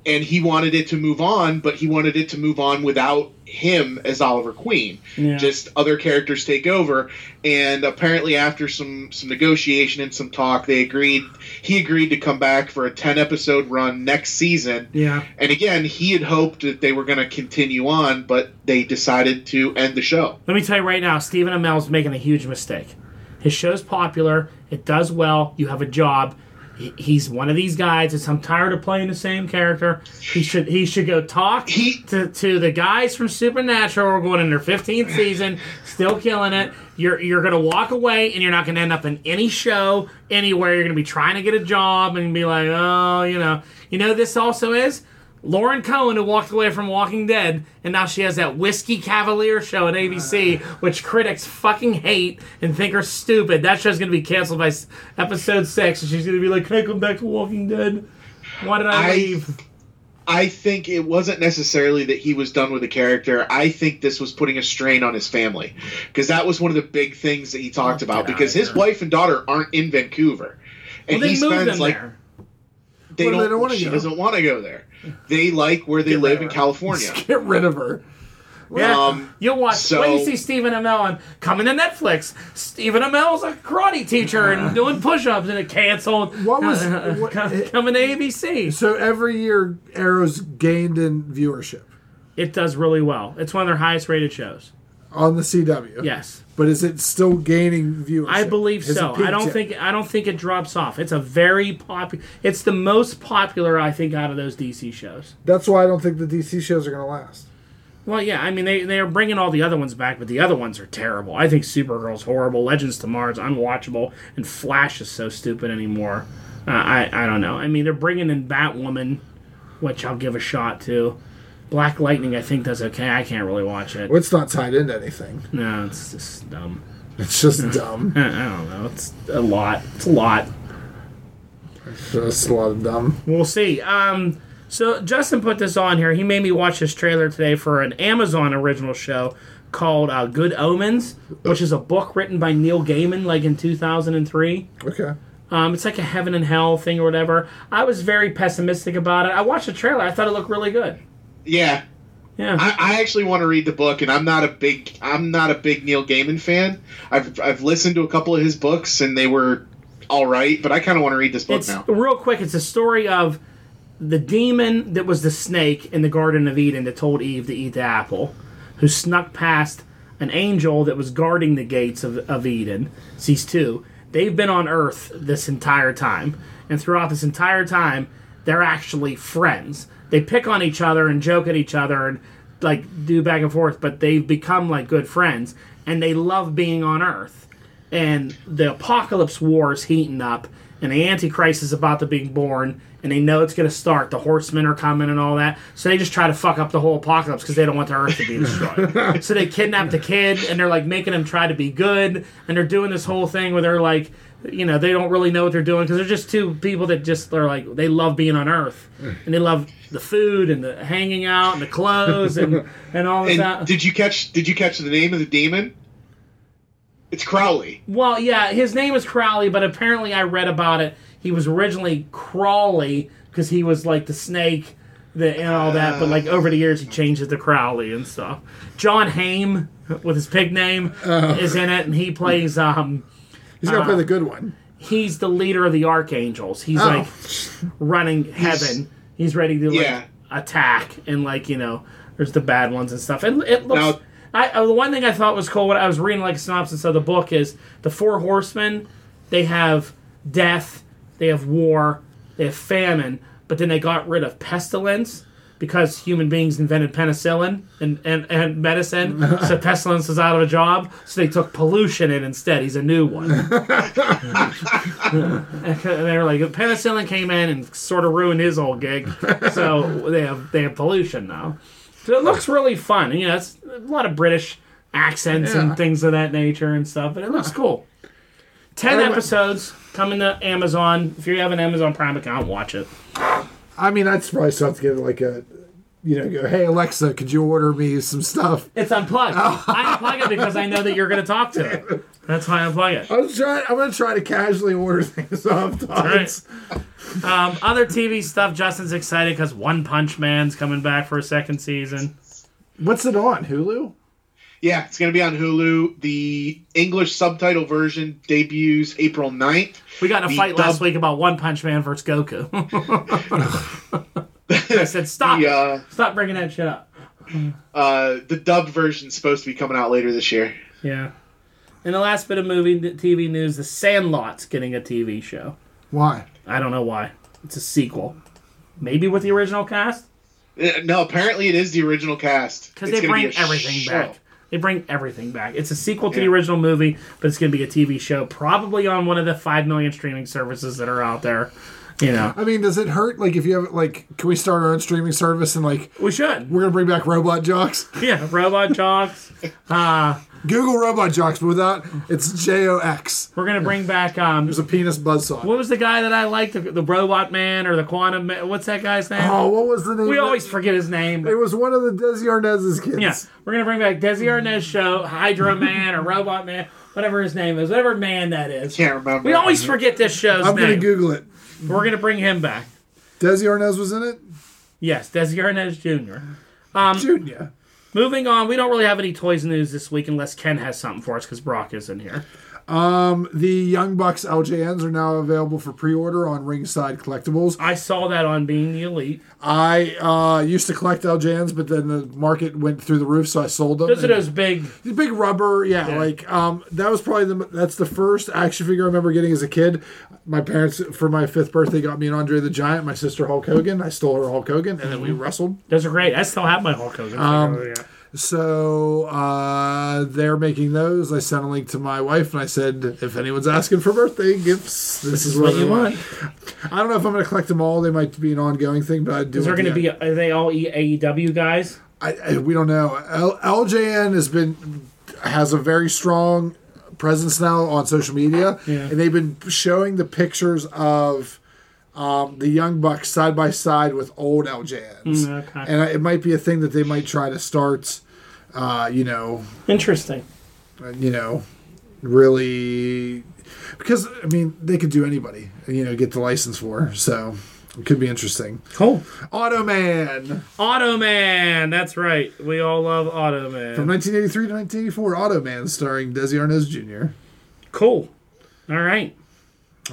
and he wanted it to move on, but he wanted it to move on without him as Oliver Queen.
Yeah.
Just other characters take over, and apparently after some some negotiation and some talk, they agreed. He agreed to come back for a ten episode run next season.
Yeah.
And again, he had hoped that they were going to continue on, but they decided to end the show.
Let me tell you right now, Stephen Amell's making a huge mistake. His show's popular. It does well. You have a job. He- He's one of these guys. that's I'm tired of playing the same character. He should he should go talk
He-
to, to the guys from Supernatural. We're going in their 15th season, still killing it. You're you're gonna walk away and you're not gonna end up in any show anywhere. You're gonna be trying to get a job and be like, oh, you know, you know. This also is Lauren Cohen, who walked away from Walking Dead, and now she has that Whiskey Cavalier show at
Uh.
ABC, which critics fucking hate and think are stupid. That show's going to be canceled by s- episode six, and she's going to be like, Can I come back to Walking Dead? Why did I,
I-
leave?
I think it wasn't necessarily that he was done with the character. I think this was putting a strain on his family because that was one of the big things that he talked about.
outta
Because his
here.
wife and daughter aren't in Vancouver,
Well,
and
they
he
moved
spends
them
like
there.
they
Where do
don't.
they don't wanna
she
go?
doesn't want to go there. They like where they
Get
live
rid
in
of her.
California.
Get rid of her.
Yeah,
Um,
you'll watch
so-
when you see Stephen Amell on coming to Netflix. Stephen Amell's a karate teacher
Uh.
and doing push-ups, and it canceled.
What was- what-
coming to ABC?
So every year, Arrow's gained in viewership
It does really well. It's one of their highest-rated shows.
on the CW.
Yes.
But is it still gaining viewership?
I believe
Has it
so.
peaked
I don't
yet?
think I don't think it drops off. It's a very popular. It's the most popular I think out of those DC shows.
that's why I don't think the DC shows are going to last.
Well, yeah, I mean they they are bringing all the other ones back, but the other ones are terrible. I think Supergirl's horrible, Legends to Mars unwatchable, and Flash is so stupid anymore. Uh, I I don't know. I mean they're bringing in Batwoman, which I'll give a shot to. Black Lightning I think does okay. I can't really watch it.
Well, it's not tied into anything.
No, it's just dumb.
It's just dumb.
I I don't know. It's a lot. It's a lot.
It's just a lot of dumb.
We'll see. Um, so Justin put this on here. He made me watch this trailer today for an Amazon original show called uh, Good Omens, which is a book written by Neil Gaiman, like in 2003.
Okay.
Um, it's like a heaven and hell thing or whatever. I was very pessimistic about it. I watched the trailer. I thought it looked really good.
Yeah,
Yeah.
I, I actually want to read the book, and I'm not a big I'm not a big Neil Gaiman fan. I've I've listened to a couple of his books, and they were all right, but I kind of want to read this book
it's
now.
real quick. It's a story of the demon that was the snake in the Garden of Eden that told Eve to eat the apple, who snuck past an angel that was guarding the gates of, of Eden. These two, they've been on Earth this entire time, and throughout this entire time, they're actually friends. They pick on each other and joke at each other and like do back and forth, but they've become like good friends, and they love being on Earth and the apocalypse war is heating up and the Antichrist is about to be born, and they know it's going to start. The horsemen are coming and all that. So they just try to fuck up the whole apocalypse because they don't want the earth to be destroyed. so they kidnap the kid, and they're like making him try to be good, and they're doing this whole thing where they're like, you know, they don't really know what they're doing because they're just two people that just are like, they love being on earth, and they love the food and the hanging out and the clothes and, and all of that.
And did you catch? Did you catch the name of the demon? It's Crowley.
Well, yeah, his name is Crowley, but apparently I read about it. He was originally Crawley because he was like the snake the, and all that, but like over the years he changed it to Crowley and stuff. John Haim, with his pig name, is in it, and he plays. um
He's gonna play the good one.
He's the leader of the archangels. He's
Oh.
like running heaven. He's ready to like
Yeah.
attack and like you know, there's the bad ones and stuff. And it looks.
Now-
I uh, the one thing I thought was cool when I was reading like a synopsis of the book is the four horsemen. They have death. They have war. They have famine. But then they got rid of pestilence because human beings invented penicillin and, and, and medicine. so pestilence is out of a job. So they took pollution in instead. He's a new one. And they were like, penicillin came in and sort of ruined his whole gig. So they have they have pollution now. So it looks really fun. You know, it's a lot of British accents
Yeah.
and things of that nature and stuff, but it looks cool. Ten
Everyone-
episodes coming to Amazon. If you have an Amazon Prime account, watch it.
I mean, I'd probably still have to give it like a, you know, go, hey Alexa, could you order me some stuff?
It's unplugged.
Oh.
I unplug it because I know that you're going to talk to it. That's why I unplug it.
I was trying. I'm gonna try to casually order things off.
right.
Right.
Um, other TV stuff. Justin's excited because One Punch Man's coming back for a second season.
What's it on Hulu?
Yeah, it's going to be on Hulu. The English subtitle version debuts April 9th.
We got in a
The
fight last
dub-
week about One Punch Man versus Goku. I said, stop,
The,
it.
uh,
stop bringing that shit up.
uh, the dubbed version's supposed to be coming out later this year.
Yeah. And the last bit of movie TV news: The Sandlot's getting a TV show.
Why?
I don't know why. It's a sequel, maybe with the original cast
Uh, No, apparently it is the original cast.
because
It's
they
gonna be
bring
a
everything
show.
back. They bring everything back. It's a sequel to the
Yeah.
original movie, but it's going to be a TV show, probably on one of the five million streaming services that are out there. You know,
I mean, does it hurt? Like, if you have like, can we start our own streaming service and like,
we should.
we're gonna bring back robot jocks?
Yeah, robot jocks.
Google robot jocks, but without it's J O X.
We're going to bring back um,
There's a penis buzzsaw.
What was the guy that I liked? The, the robot man or the quantum man? What's that guy's name?
Oh, what was the name?
we
of-
always forget his name.
It
but-
was one of the Desi Arnaz's kids.
Yeah, we're gonna bring back Desi Arnaz show, Hydra Man or Robot Man, whatever his name is, whatever man that is.
Can't remember.
We always forget this show's
I'm gonna
name.
Google it.
we're gonna bring him back.
Desi Arnaz was in it.
Yes, Desi Arnaz Jr.
Junior.
Moving on, we don't really have any toys news this week unless Ken has something for us because Brock is in here.
The Young Bucks LJNs are now available for pre-order on Ringside Collectibles.
I saw that on Being the Elite.
I uh, used to collect LJNs, but then the market went through the roof, so I sold them.
Those are
And-
those big.
The big rubber, yeah, Like um, that was probably the that's the first action figure I remember getting as a kid. My parents for my fifth birthday got me an Andre the Giant, my sister Hulk Hogan. I stole her Hulk Hogan, and then
Mm-hmm.
we wrestled.
Those are great. I still have my Hulk Hogan.
Um,
figure.
So uh, they're making those. I sent a link to my wife, and I said, if anyone's asking for birthday gifts, this, is,
what
they
you want.
I don't know if I'm going to collect them all. They might be an ongoing thing, but I do.
Is there
want
going to
the-
be? Are they all E, AEW guys?
I, I, we don't know. L, LJN has been has a very strong presence now on social media,
Yeah.
and they've been showing the pictures of um, the Young Bucks side by side with old LJNs,
Mm, okay.
and I- it might be a thing that they might try to start. Uh, you know,
Interesting.
uh, you know, really, because I mean, they could do anybody. You know, get the license for so. It could be interesting.
Cool.
Auto Man
Automan. That's right. We all love
from
Automan.
1983 to 1984. Auto Man starring Desi Arnaz Jr.
Cool. All right.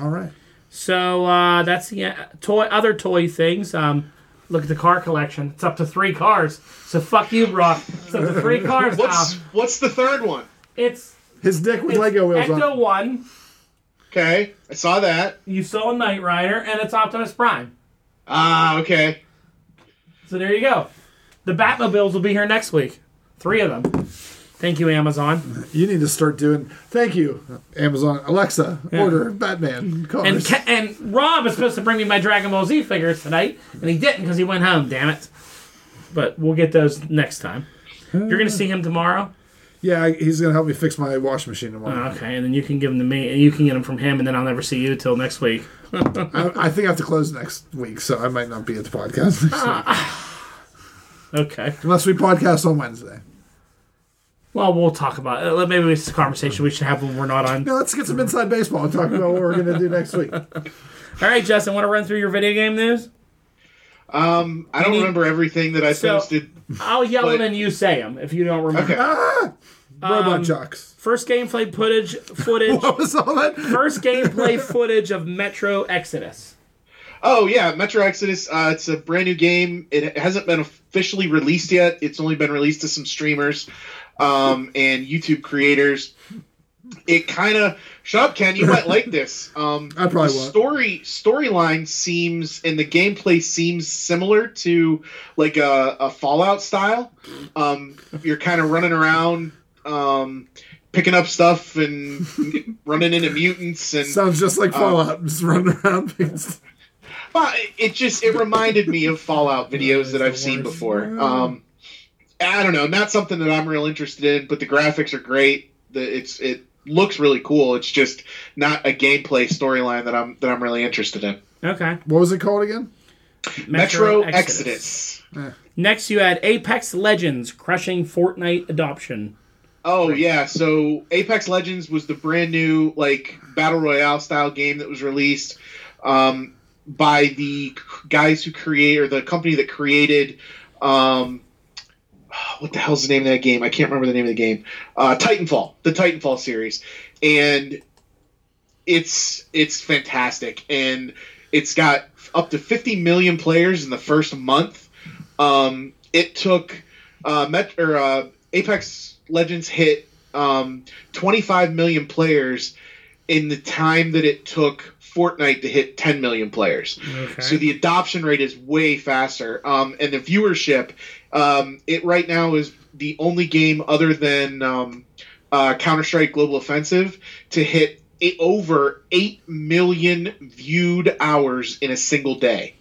All right.
So uh, that's the uh, toy. Other toy things. Um, look at the car collection. It's up to three cars. So fuck you, Brock. It's up to three cars now.
What's what's the third one?
It's,
His dick with
it's
Lego wheels
Ecto
on.
One.
Okay, I saw that.
You saw Knight Rider, and it's Optimus Prime.
Ah, okay.
So there you go. The Batmobiles will be here next week. Three of them. Thank you, Amazon.
You need to start doing. Thank you, Amazon Alexa. Order Batman cars.
And Ke- and Rob is supposed to bring me my Dragon Ball Z figures tonight, and he didn't because he went home. Damn it! But we'll get those next time. You're gonna see him tomorrow.
yeah, he's gonna help me fix my washing machine tomorrow.
Okay, and then you can give them to me, and you can get them from him, and then I'll never see you till next week. Uh-huh.
I, I think I have to close next week, so I might not be at the podcast next week.
Okay.
unless we podcast on Wednesday.
Well, we'll talk about it. Uh, Maybe it's a conversation we should have when we're not on.
Now let's get some inside baseball and talk about what we're gonna do next week.
All right, Justin, want to run through your video game news?
Um, I don't
need-
remember everything that I
So-
posted.
I'll yell
Wait.
them and you say them if you don't remember.
Okay.
Ah! Robot
Um,
jocks.
First gameplay footage footage.
What was all that?
first gameplay footage of Metro Exodus.
Oh yeah, Metro Exodus. Uh, it's a brand new game. It hasn't been officially released yet. It's only been released to some streamers um, and YouTube creators. It kind of shut up, Ken. You might like this. Um,
I probably
the
won't.
story storyline seems and the gameplay seems similar to like a, a Fallout style. Um, you're kind of running around. Um, Picking up stuff and running into mutants and
Sounds just
uh,
like Fallout, just running around.
well, it- it just it reminded me of Fallout videos that
the
I've seen
worst.
before. Um, I don't know, not something that I'm real interested in, but the graphics are great. The it's it looks really cool. It's just not a gameplay storyline that I'm that I'm really interested in.
Okay.
what was it called again?
Metro, Exodus.
Next, you had Apex Legends crushing Fortnite adoption.
Oh yeah, so Apex Legends was the brand new like battle royale style game that was released um, by the c- guys who create or the company that created um, what the hell's the name of that game? I can't remember the name of the game. Uh, Titanfall, the Titanfall series, and it's it's fantastic, and it's got up to 50 million players in the first month. Um, it took uh, Met- or, uh, Apex Legends hit um, 25 million players in the time that it took Fortnite to hit 10 million players.
Okay.
So the adoption rate is way faster, um, and the viewership. Um, it right now is the only game other than um, uh, Counter Strike Global Offensive to hit a- over eight million viewed hours in a single day.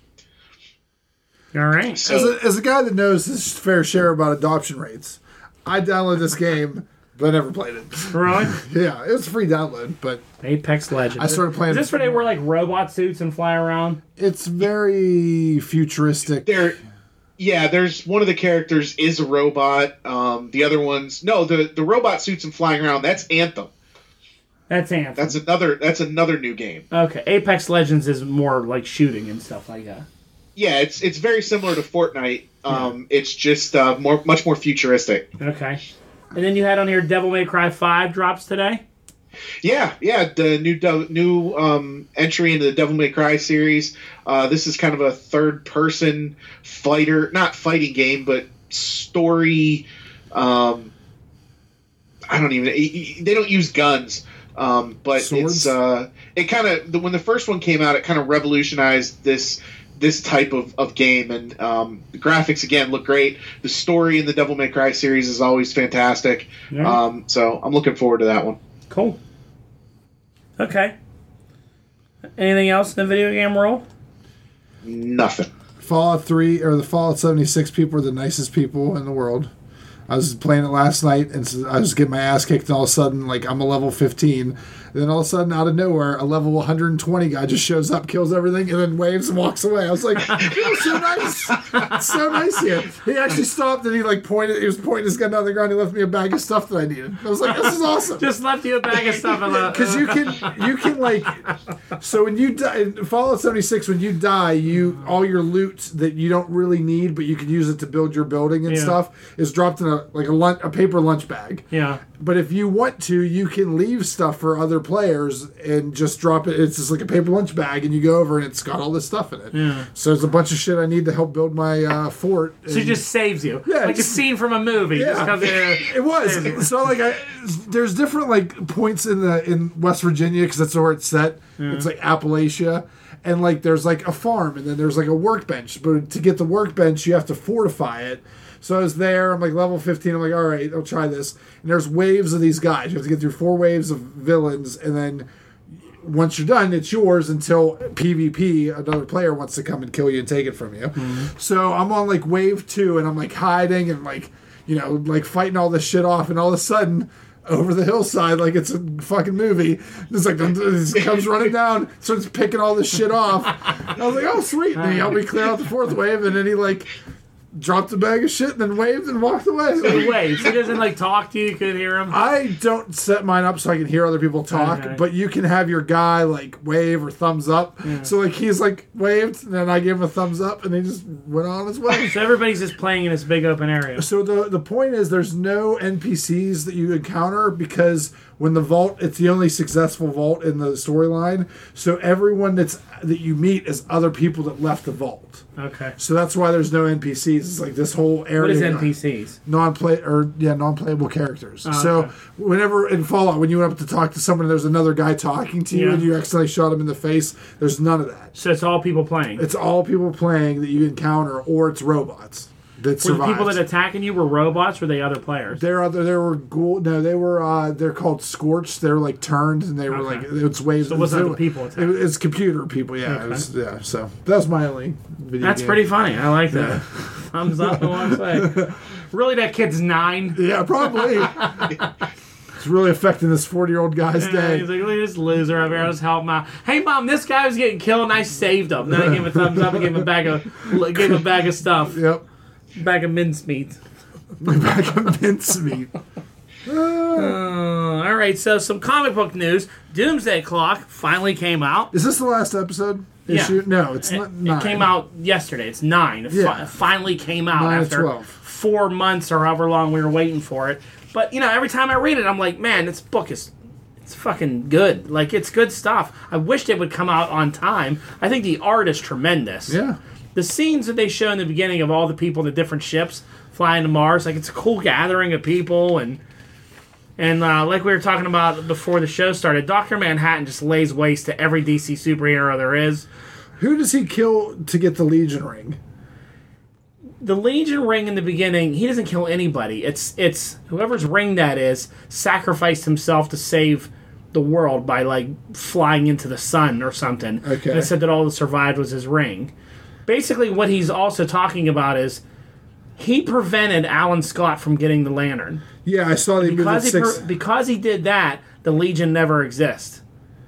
All right.
As
So
a, as a guy that knows his fair share about adoption rates, I downloaded this game, but I never played it.
Really?
Yeah, it was a free download, but
Apex Legends.
I started playing.
Is this where they wear like robot suits and fly around?
It's very futuristic.
there, yeah, there's one of the characters is a robot. Um, the other ones, no, the the robot suits and flying around. That's Anthem.
That's Anthem.
That's another. That's another new game.
okay. Apex Legends is more like shooting and stuff like that.
Yeah, it's it's very similar to Fortnite. Um, It's just uh, more much more futuristic.
Okay. And then you had on here Devil May Cry 5 drops today.
Yeah, yeah, the new dev- new um, entry into the Devil May Cry series. Uh, this is kind of a third person fighter, not fighting game, but story. Um, I don't even. e- e- They don't use guns, um, but
Swords?
it's uh, it kind of when the first one came out, it kind of revolutionized this this type of, of game and um, the graphics again look great the story in the devil may cry series is always fantastic
Yeah.
um, so i'm looking forward to that one
Cool. Okay. Anything else in the video game world?
nothing
Fallout Three or the Fallout seventy six people are the nicest people in the world. I was playing it last night, and so I was getting my ass kicked, and all of a sudden, like I'm a level fifteen. And then all of a sudden, out of nowhere, a level 120 guy just shows up, kills everything, and then waves and walks away. I was like, "So nice, It's so nice here." He actually stopped and he like pointed. He was pointing his gun down the ground. He left me a bag of stuff that I needed. I was like, "This is awesome."
Just left you a bag of stuff.
Because you can, you can like, so when you die in Fallout seventy six, when you die, you all your loot that you don't really need, but you can use it to build your building and
Yeah.
stuff, is dropped in a like a lunch, a paper lunch bag.
yeah.
But if you want to, you can leave stuff for other players and just drop it. It's just like a paper lunch bag, and you go over, and it's got all this stuff in it.
Yeah.
So there's a bunch of shit I need to help build my uh, fort.
So it
and-
just saves you.
Yeah,
like a
it's-
scene from a movie.
Yeah.
Just comes in.
It was. It's not like I. There's different like points in the in West Virginia because that's where it's set. It's like Appalachia, and like there's like a farm, and then there's like a workbench. But to get the workbench, you have to fortify it. So I was there. I'm like level 15. I'm like, all right, I'll try this. And there's waves of these guys. You have to get through four waves of villains, and then once you're done, it's yours until PvP, another player wants to come and kill you and take it from you. So I'm on like wave two and I'm like hiding and like, you know, like fighting all this shit off. And all of a sudden, over the hillside, like it's a fucking movie, it's like, it comes running down, starts picking all this shit off. I was like, oh, sweet. And he helped me clear out the fourth wave. And then he like dropped a bag of shit and then waved and walked away. So, like,
Wait, he doesn't like talk to you. You couldn't hear him.
I don't set mine up so I can hear other people talk,
Okay.
but you can have your guy like wave or thumbs up. So like he's like waved, and then I gave him a thumbs up, and he just went on his way.
So everybody's just playing in this big open area.
so the the point is, there's no NPCs that you encounter because when the vault, it's the only successful vault in the storyline. So everyone that's that you meet is other people that left the vault.
Okay.
So that's why there's no NPCs. It's like this whole area.
What is NPCs?
non-play or yeah non-playable
Oh,
characters. so whenever in Fallout, when you went up to talk to someone, there's another guy talking to you,
Yeah.
and you accidentally shot him in the face. There's none of that.
So it's all people playing.
It's all people playing that you encounter, or it's robots that
Were the
survive.
people that attacking you were robots? Were they other players?
there are there were ghoul. No, they were. uh They're called scorched. They're like turned, and they were
Okay.
like it's waves.
So it wasn't
it-
the people
It,
attacking.
it's computer people. Yeah, it was, yeah. So that was my only. Video
That's
game.
pretty funny. I like that. Thumbs up and one way. Really, that kid's nine.
Yeah, probably. it's really affecting this forty-year-old guy's
Yeah,
day.
He's like, look at this loser over here. Let's help my. Hey, mom, this guy was getting killed, and I saved him. Then I gave him a thumbs up and gave him a bag of, gave him a bag of stuff,
Yep.
Bag of mincemeat.
back of mincemeat. Uh,
Uh, all right, so some comic book news. Doomsday Clock finally came out.
is this the last episode? Issue? No, it's not.
It came out yesterday. It's nine. It fi-
Yeah.
finally came out
Nine to
after
12.
four months or however long we were waiting for it. But you know, every time I read it, I'm like, man, this book is it's fucking good. Like it's good stuff. I wished it would come out on time. I think the art is tremendous.
Yeah.
the scenes that they show in the beginning of all the people in the different ships flying to Mars, like it's a cool gathering of people and and uh, like we were talking about before the show started, Doctor Manhattan just lays waste to every DC superhero there is.
Who does he kill to get the Legion ring?
The Legion ring in the beginning, he doesn't kill anybody. It's it's whoever's ring that is sacrificed himself to save the world by like flying into the sun or something.
Okay.
And it said that all that survived was his ring. Basically, what he's also talking about is he prevented Alan Scott from getting the lantern.
Yeah, I saw that he moved
because
at
he,
six.
per- because he did that, the Legion never exists.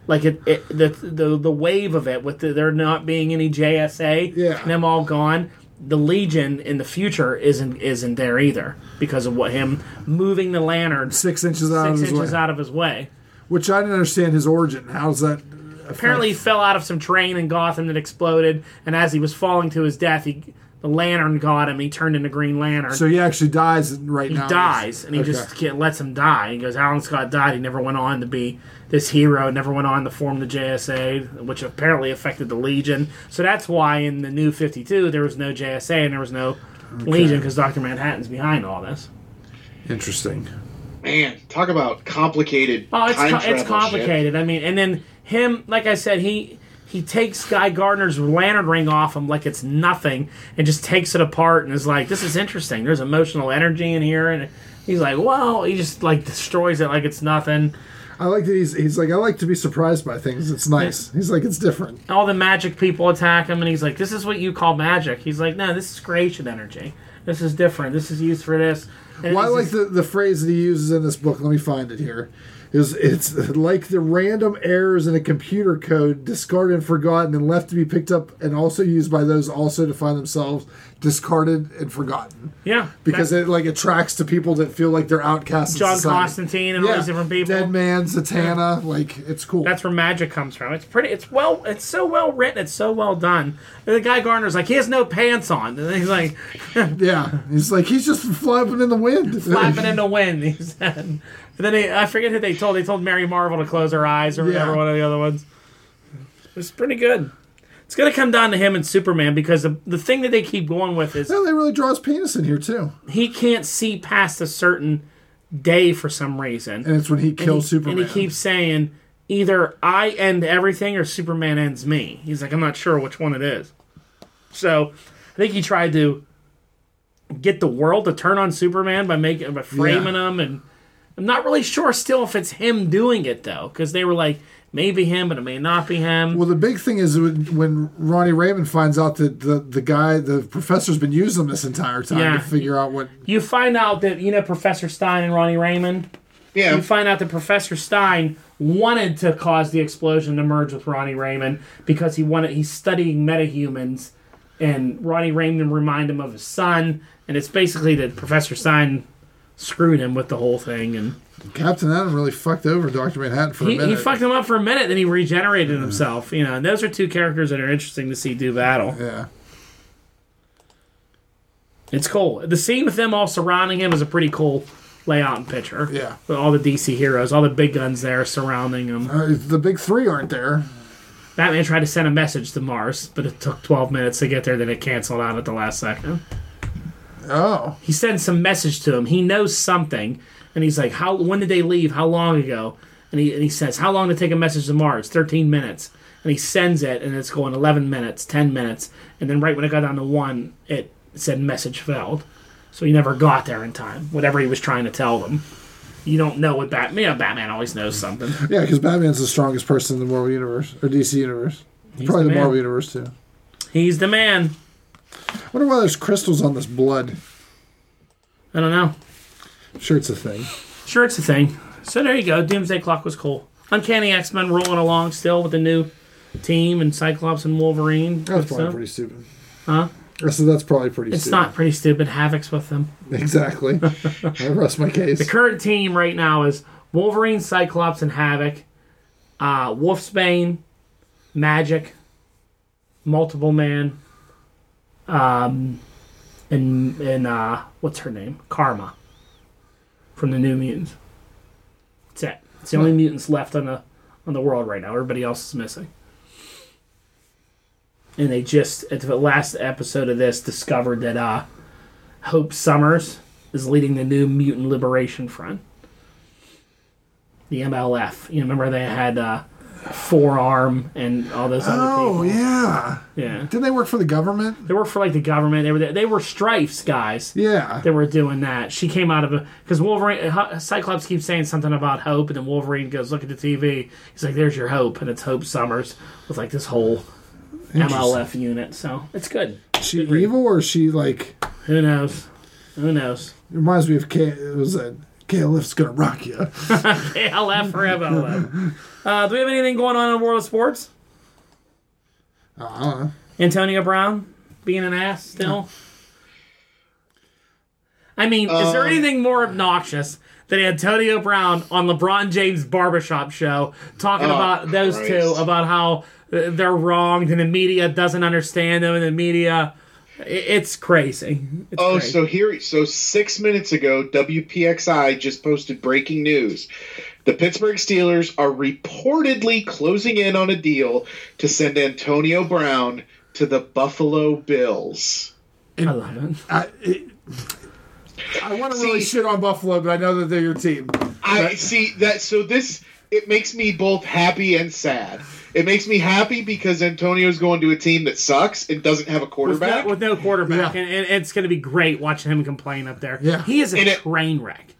Like it, it the, the the wave of it with the, there not being any JSA
Yeah.
and them all gone. The Legion in the future isn't isn't there either because of what him moving the lantern six
Six inches out of his
inches
way,
out of his way.
which I didn't understand his origin. How's that?
Apparently, he fell out of some train in Gotham that exploded, and as he was falling to his death, he the lantern got him. He turned into Green Lantern.
So he actually dies right now.
he dies and he
Okay.
just can't, lets him die. He goes, Alan Scott died. He never went on to be this hero. Never went on to form the JSA, which apparently affected the Legion. So that's why in the new Fifty Two there was no JSA and there was no Legion because Doctor Manhattan's behind all this.
Interesting.
Man, talk about complicated.
Oh, it's
time
co-
travel
it's
shit.
complicated. I mean, and then him, like I said, he he takes Guy Gardner's lantern ring off him like it's nothing, and just takes it apart and is like, "This is interesting. There's emotional energy in here." And he's like, "Wow!" He just like destroys it like it's nothing.
I like that he's he's like I like to be surprised by things. It's nice. He's like it's different.
all the magic people attack him, and he's like, "This is what you call magic." He's like, "No, this is creation energy. This is different. This is used for this." And
Well, I
it's
like
just-
the, the phrase that he uses in this book. Let me find it here. Is it's like the random errors in a computer code discarded and forgotten and left to be picked up and also used by those also to find themselves discarded and forgotten
yeah
because
that-
it like attracts to people that feel like they're outcasts. in
John
society.
Constantine and all these different people.
Dead man, Zatanna, like it's cool.
that's where magic comes from. It's pretty. It's well. It's so well written. It's so well done. And the guy Gardner's like, he has no pants on, and he's like
yeah, he's like he's just flapping in the wind.
flapping in the wind. He said. And then they, I forget who they told. They told Mary Marvel to close her eyes or whatever.
Yeah.
One of the other ones. It's pretty good. It's gonna come down to him and Superman because the, the thing that they keep going with is
Yeah, they really draw his penis in here too,
he can't see past a certain day for some reason.
and it's when he kills Superman.
And he keeps saying, either I end everything or Superman ends me. He's like, I'm not sure which one it is. So I think he tried to get the world to turn on Superman by making by framing
Yeah.
him, and I'm not really sure still if it's him doing it though, because they were like maybe him, but it may not be him.
Well, the big thing is when, when Ronnie Raymond finds out that the, the guy, the professor's been using him this entire time
Yeah.
to figure out what.
you find out that you know Professor Stein and Ronnie Raymond.
Yeah.
You find out that Professor Stein wanted to cause the explosion to merge with Ronnie Raymond because he wanted he's studying metahumans, and Ronnie Raymond reminded him of his son, and it's basically that Professor Stein screwed him with the whole thing, and
Captain Adam really fucked over Dr. Manhattan for a
he,
minute.
he fucked him up for a minute, then he regenerated himself. You know, and those are two characters that are interesting to see do battle.
Yeah.
It's cool. The scene with them all surrounding him is a pretty cool layout and picture.
Yeah.
With all the DC heroes, all the big guns there surrounding him.
Uh, the big three aren't there.
Batman tried to send a message to Mars, but it took 12 minutes to get there, then it canceled out at the last second.
Oh.
He sends some message to him. He knows something, and he's like, "How? When did they leave? How long ago?" And he, and he says, "How long to take a message to Mars? 13 minutes." And he sends it, and it's going 11 minutes, 10 minutes, and then right when it got down to one, it said message failed. So he never got there in time. Whatever he was trying to tell them, you don't know what Batman. You know, Batman always knows something.
Yeah, because Batman's the strongest person in the Marvel Universe, or DC Universe. Probably the
the man.
Marvel Universe, too.
He's the man.
I wonder why there's crystals on this blood.
I don't know.
I'm sure it's a thing.
Sure, it's a thing. So there you go. Doomsday Clock was cool. Uncanny X Men rolling along still with the new team and Cyclops and Wolverine.
That's
So,
probably pretty stupid.
Huh?
I said that's probably pretty
It's
stupid.
not pretty stupid. Havoc's with them.
Exactly. I rest my case.
The current team right now is Wolverine, Cyclops, and Havoc. Uh, Wolfsbane, Magic, Multiple Man, um, and and uh, what's her name? Karma from the New Mutants. That's it. It's the only mutants left on the on the world right now. Everybody else is missing. And they just at the last episode of this discovered that uh, Hope Summers is leading the new Mutant Liberation Front. The MLF. You remember they had uh, Forearm and all those other
oh,
people.
yeah.
yeah.
Didn't they work for the government?
They were for like the government. They were they were strifes guys.
Yeah.
They were doing that. She came out of a because Wolverine uh, Ho- Cyclops keeps saying something about hope, and then Wolverine goes look at the TV. He's like, "There's your hope," and it's Hope Summers with like this whole MLF unit. So it's good.
Is she evil or is she like
Who knows? Who knows?
reminds me of K it was a KLF's gonna rock you.
ALF or MLF? Uh, do we have anything going on in the world of sports?
Uh,
Antonio Brown being an ass still. I mean, is
Um,
there anything more obnoxious than Antonio Brown on LeBron James' barbershop show talking about those two
Oh, Christ.
about how uh, they're wronged and the media doesn't understand them and the media? i- It's crazy. It's
Oh,
crazy.
so here, so six minutes ago, WPXI just posted breaking news. The Pittsburgh Steelers are reportedly closing in on a deal to send Antonio Brown to the Buffalo Bills.
I love it.
I, it, I want to really
See-
shit on Buffalo, but I know that they're your team.
I see that. So this it makes me both happy and sad. It makes me happy because Antonio's going to a team that sucks and doesn't have a
With no,
quarterback.
with no quarterback,
Yeah.
and, and it's going to be great watching him complain up there.
Yeah.
he is a
And it-
train wreck.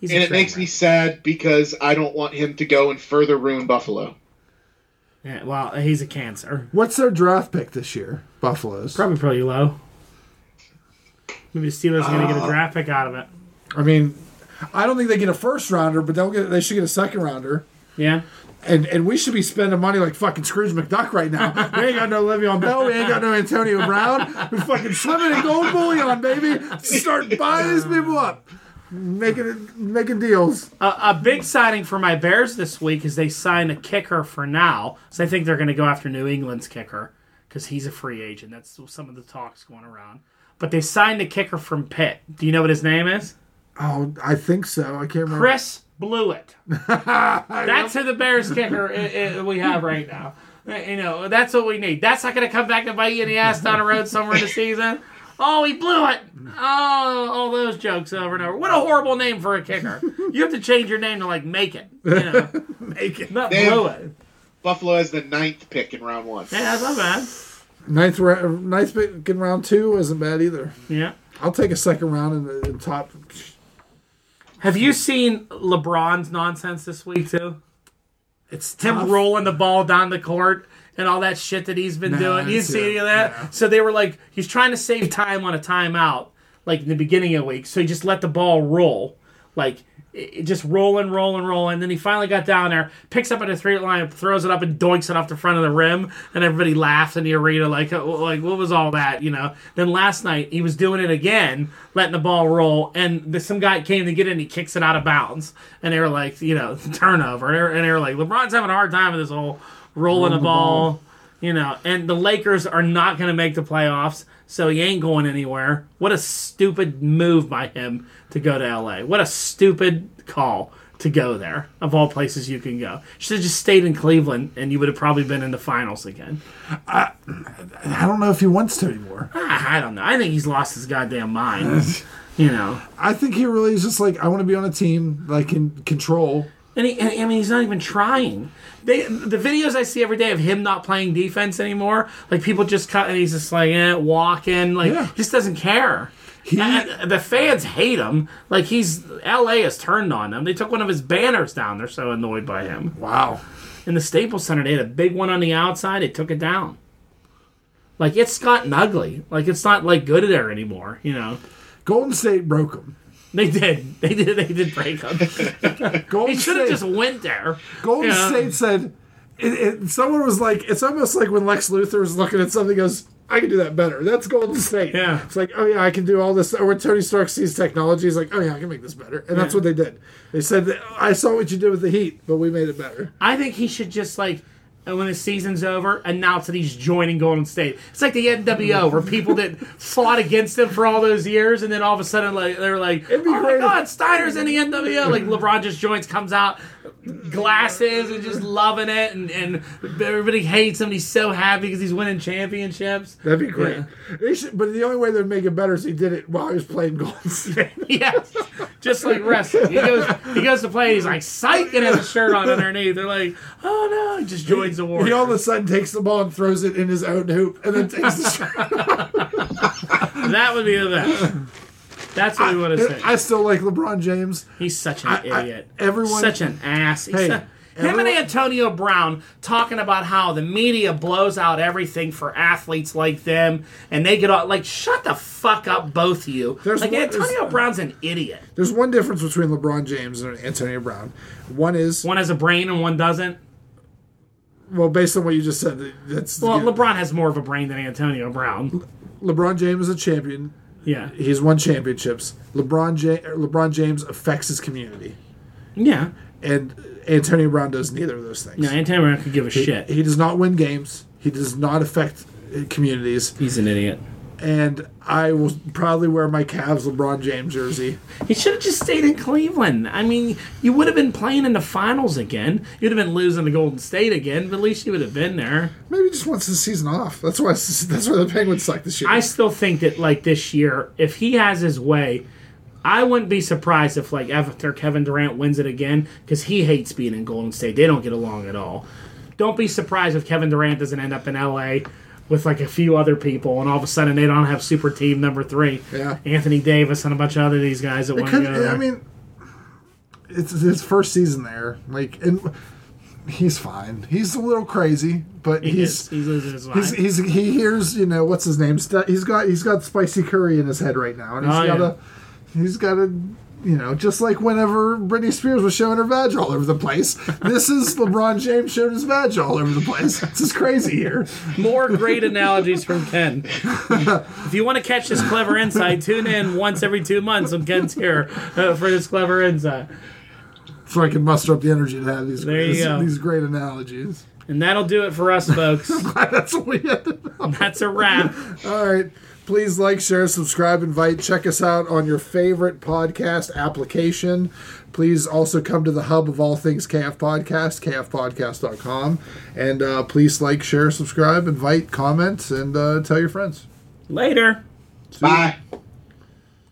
He's a
and it
train
makes
wreck.
me sad because I don't want him to go and further ruin Buffalo.
Yeah, well, he's a cancer.
What's their draft pick this year? Buffalo's.
Probably pretty low. Maybe the Steelers are going to get a draft pick out of it.
I mean, I don't think they get a first rounder, but they'll get they should get a second rounder.
Yeah.
And and we should be spending money like fucking Scrooge McDuck right now. We ain't got no Le'Veon Bell. We ain't got no Antonio Brown. We're fucking swimming in gold bullion, baby. Start buying these people up, making making deals.
A, a big signing for my Bears this week is they signed a kicker for now. So I think they're going to go after New England's kicker because he's a free agent. That's some of the talks going around. But they signed a kicker from Pitt. Do you know what his name is?
Oh, I think so. I can't remember.
Chris Blewett. that's who the Bears kicker i i we have right now. You know, that's what we need. That's not going to come back to bite you in the ass down the road somewhere in the season. Oh, he blew it. Oh, all those jokes over and over. What a horrible name for a kicker. You have to change your name to like make it. You know, make it. Not
Damn.
blew it.
Buffalo has the ninth pick in round one.
Yeah, that's not bad.
Ninth ra- ninth pick in round two isn't bad either.
Yeah.
I'll take a second round in the in top.
Have you seen LeBron's nonsense this week too?
It's
Him
tough.
rolling the ball down the court and all that shit that he's been
No, I
doing.
didn't
You
see
see any
it.
of that?
No.
So they were like, he's trying to save time on a timeout, like in the beginning of the week. So he just let the ball roll, like it, it just rolling, rolling, rolling. And then he finally got down there, picks up at a three line, throws it up, and doinks it off the front of the rim. And everybody laughed in the arena, like, "Oh, like what was all that, you know? Then last night he was doing it again, letting the ball roll, and the, some guy came to get it, and he kicks it out of bounds. And they were like, you know, turnover. And they were- And they were like, LeBron's having a hard time with this whole rolling the ball. You know, and the Lakers are not going to make the playoffs, so he ain't going anywhere. What a stupid move by him to go to LA. What a stupid call to go there, of all places you can go. Should have just stayed in Cleveland, and you would have probably been in the finals again.
I don't know if he wants to anymore.
Ah, I don't know. I think he's lost his goddamn mind. you know,
I think he really is just like I want to be on a team that I can control.
and, he, and I mean, he's not even trying. They the videos I see every day of him not playing defense anymore. Like people just cut, and he's just like eh, walking, like
Yeah.
just doesn't care.
He
And the fans hate him. Like he's LA has turned on him. They took one of his banners down. They're so annoyed by him.
wow.
In the Staples Center, they had a big one on the outside. They took it down. Like it's gotten ugly. Like it's not like good there anymore. You know,
Golden State broke him.
they did. They did. They did break up.
Golden
He should
State.
have just went there.
Golden
Yeah.
State said, it, it, someone was like, it's almost like when Lex Luthor is looking at something, and goes, I can do that better. That's Golden State.
Yeah.
It's like, oh yeah, I can do all this. Or when Tony Stark sees technology, he's like, oh yeah, I can make this better. And that's what they did. They said, that, I saw what you did with the Heat, but we made it better.
I think he should just like uh, when the season's over, announce that he's joining Golden State. It's like the NWO where people that fought against him for all those years, and then all of a sudden, like they were like, "Oh
It'd be
my
great
God,
if-
Steiner's in the NWO!" Like LeBron just joins, comes out, glasses, and just loving it, and, and everybody hates him. He's so happy because he's winning championships.
That'd be great. They should, but the only way they'd make it better is he did it while he was playing Golden State.
Yeah, just like wrestling. He goes, he goes to play, and he's like, "Psych!" and has a shirt on underneath. They're like, "Oh no!" He just joins the war.
he all of a sudden takes the ball and throws it in his own hoop, and then takes the shot.
That would be the best. That's what we want to say.
I still like LeBron James.
He's such an
I-
idiot.
everyone-
such an ass. He's
Hey,
su- him
everyone-
and Antonio Brown talking about how the media blows out everything for athletes like them, and they get all like, shut the fuck up, both of you.
There's
like
one-
Antonio
there's-
Brown's an idiot.
There's one difference between LeBron James and Antonio Brown. One is
One has a brain and one doesn't.
Well, based on what you just said, that- that's
Well,
yeah.
LeBron has more of a brain than Antonio Brown.
LeBron James is a champion.
Yeah,
He's won championships. LeBron James, LeBron James affects his community,
yeah.
and Antonio Brown does neither of those things.
No, Antonio Brown could give a shit.
He does not win games. He does not affect uh, communities.
He's an idiot.
And I will proudly wear my Cavs LeBron James jersey.
He should have just stayed in Cleveland. I mean, you would have been playing in the finals again. You'd have been losing to Golden State again, but at least you would have been there.
Maybe he just wants the season off. That's why that's why the Penguins suck this year.
I still think that like this year, if he has his way, I wouldn't be surprised if like after Kevin Durant wins it again because he hates being in Golden State. They don't get along at all. Don't be surprised if Kevin Durant doesn't end up in LA with like a few other people, and all of a sudden they don't have super team number three.
Yeah.
Anthony Davis and a bunch of other these guys that want to
Could-
go. there.
I mean, it's his first season there. Like, and he's fine. He's a little crazy, but
He
he's
is. He's losing his mind.
He's, he's he hears you know what's his name. stu- He's got he's got spicy curry in his head right now, and he's
Oh,
got
yeah.
a he's got a you know just like whenever Britney Spears was showing her badge all over the place. this is LeBron James showing his badge all over the place. This is crazy here.
More great analogies from Ken. if you want to catch this clever insight, tune in once every two months on Ken's here uh, for this clever insight.
So I can muster up the energy to have these
There you
these,
go.
these great analogies.
And that'll do it for us, folks.
That's what we ended on.
That's a wrap.
All right. Please like, share, subscribe, invite. Check us out on your favorite podcast application. Please also come to the hub of all things KF Podcast, kfpodcast.com. And uh, please like, share, subscribe, invite, comment, and uh, tell your friends.
Later.
Bye.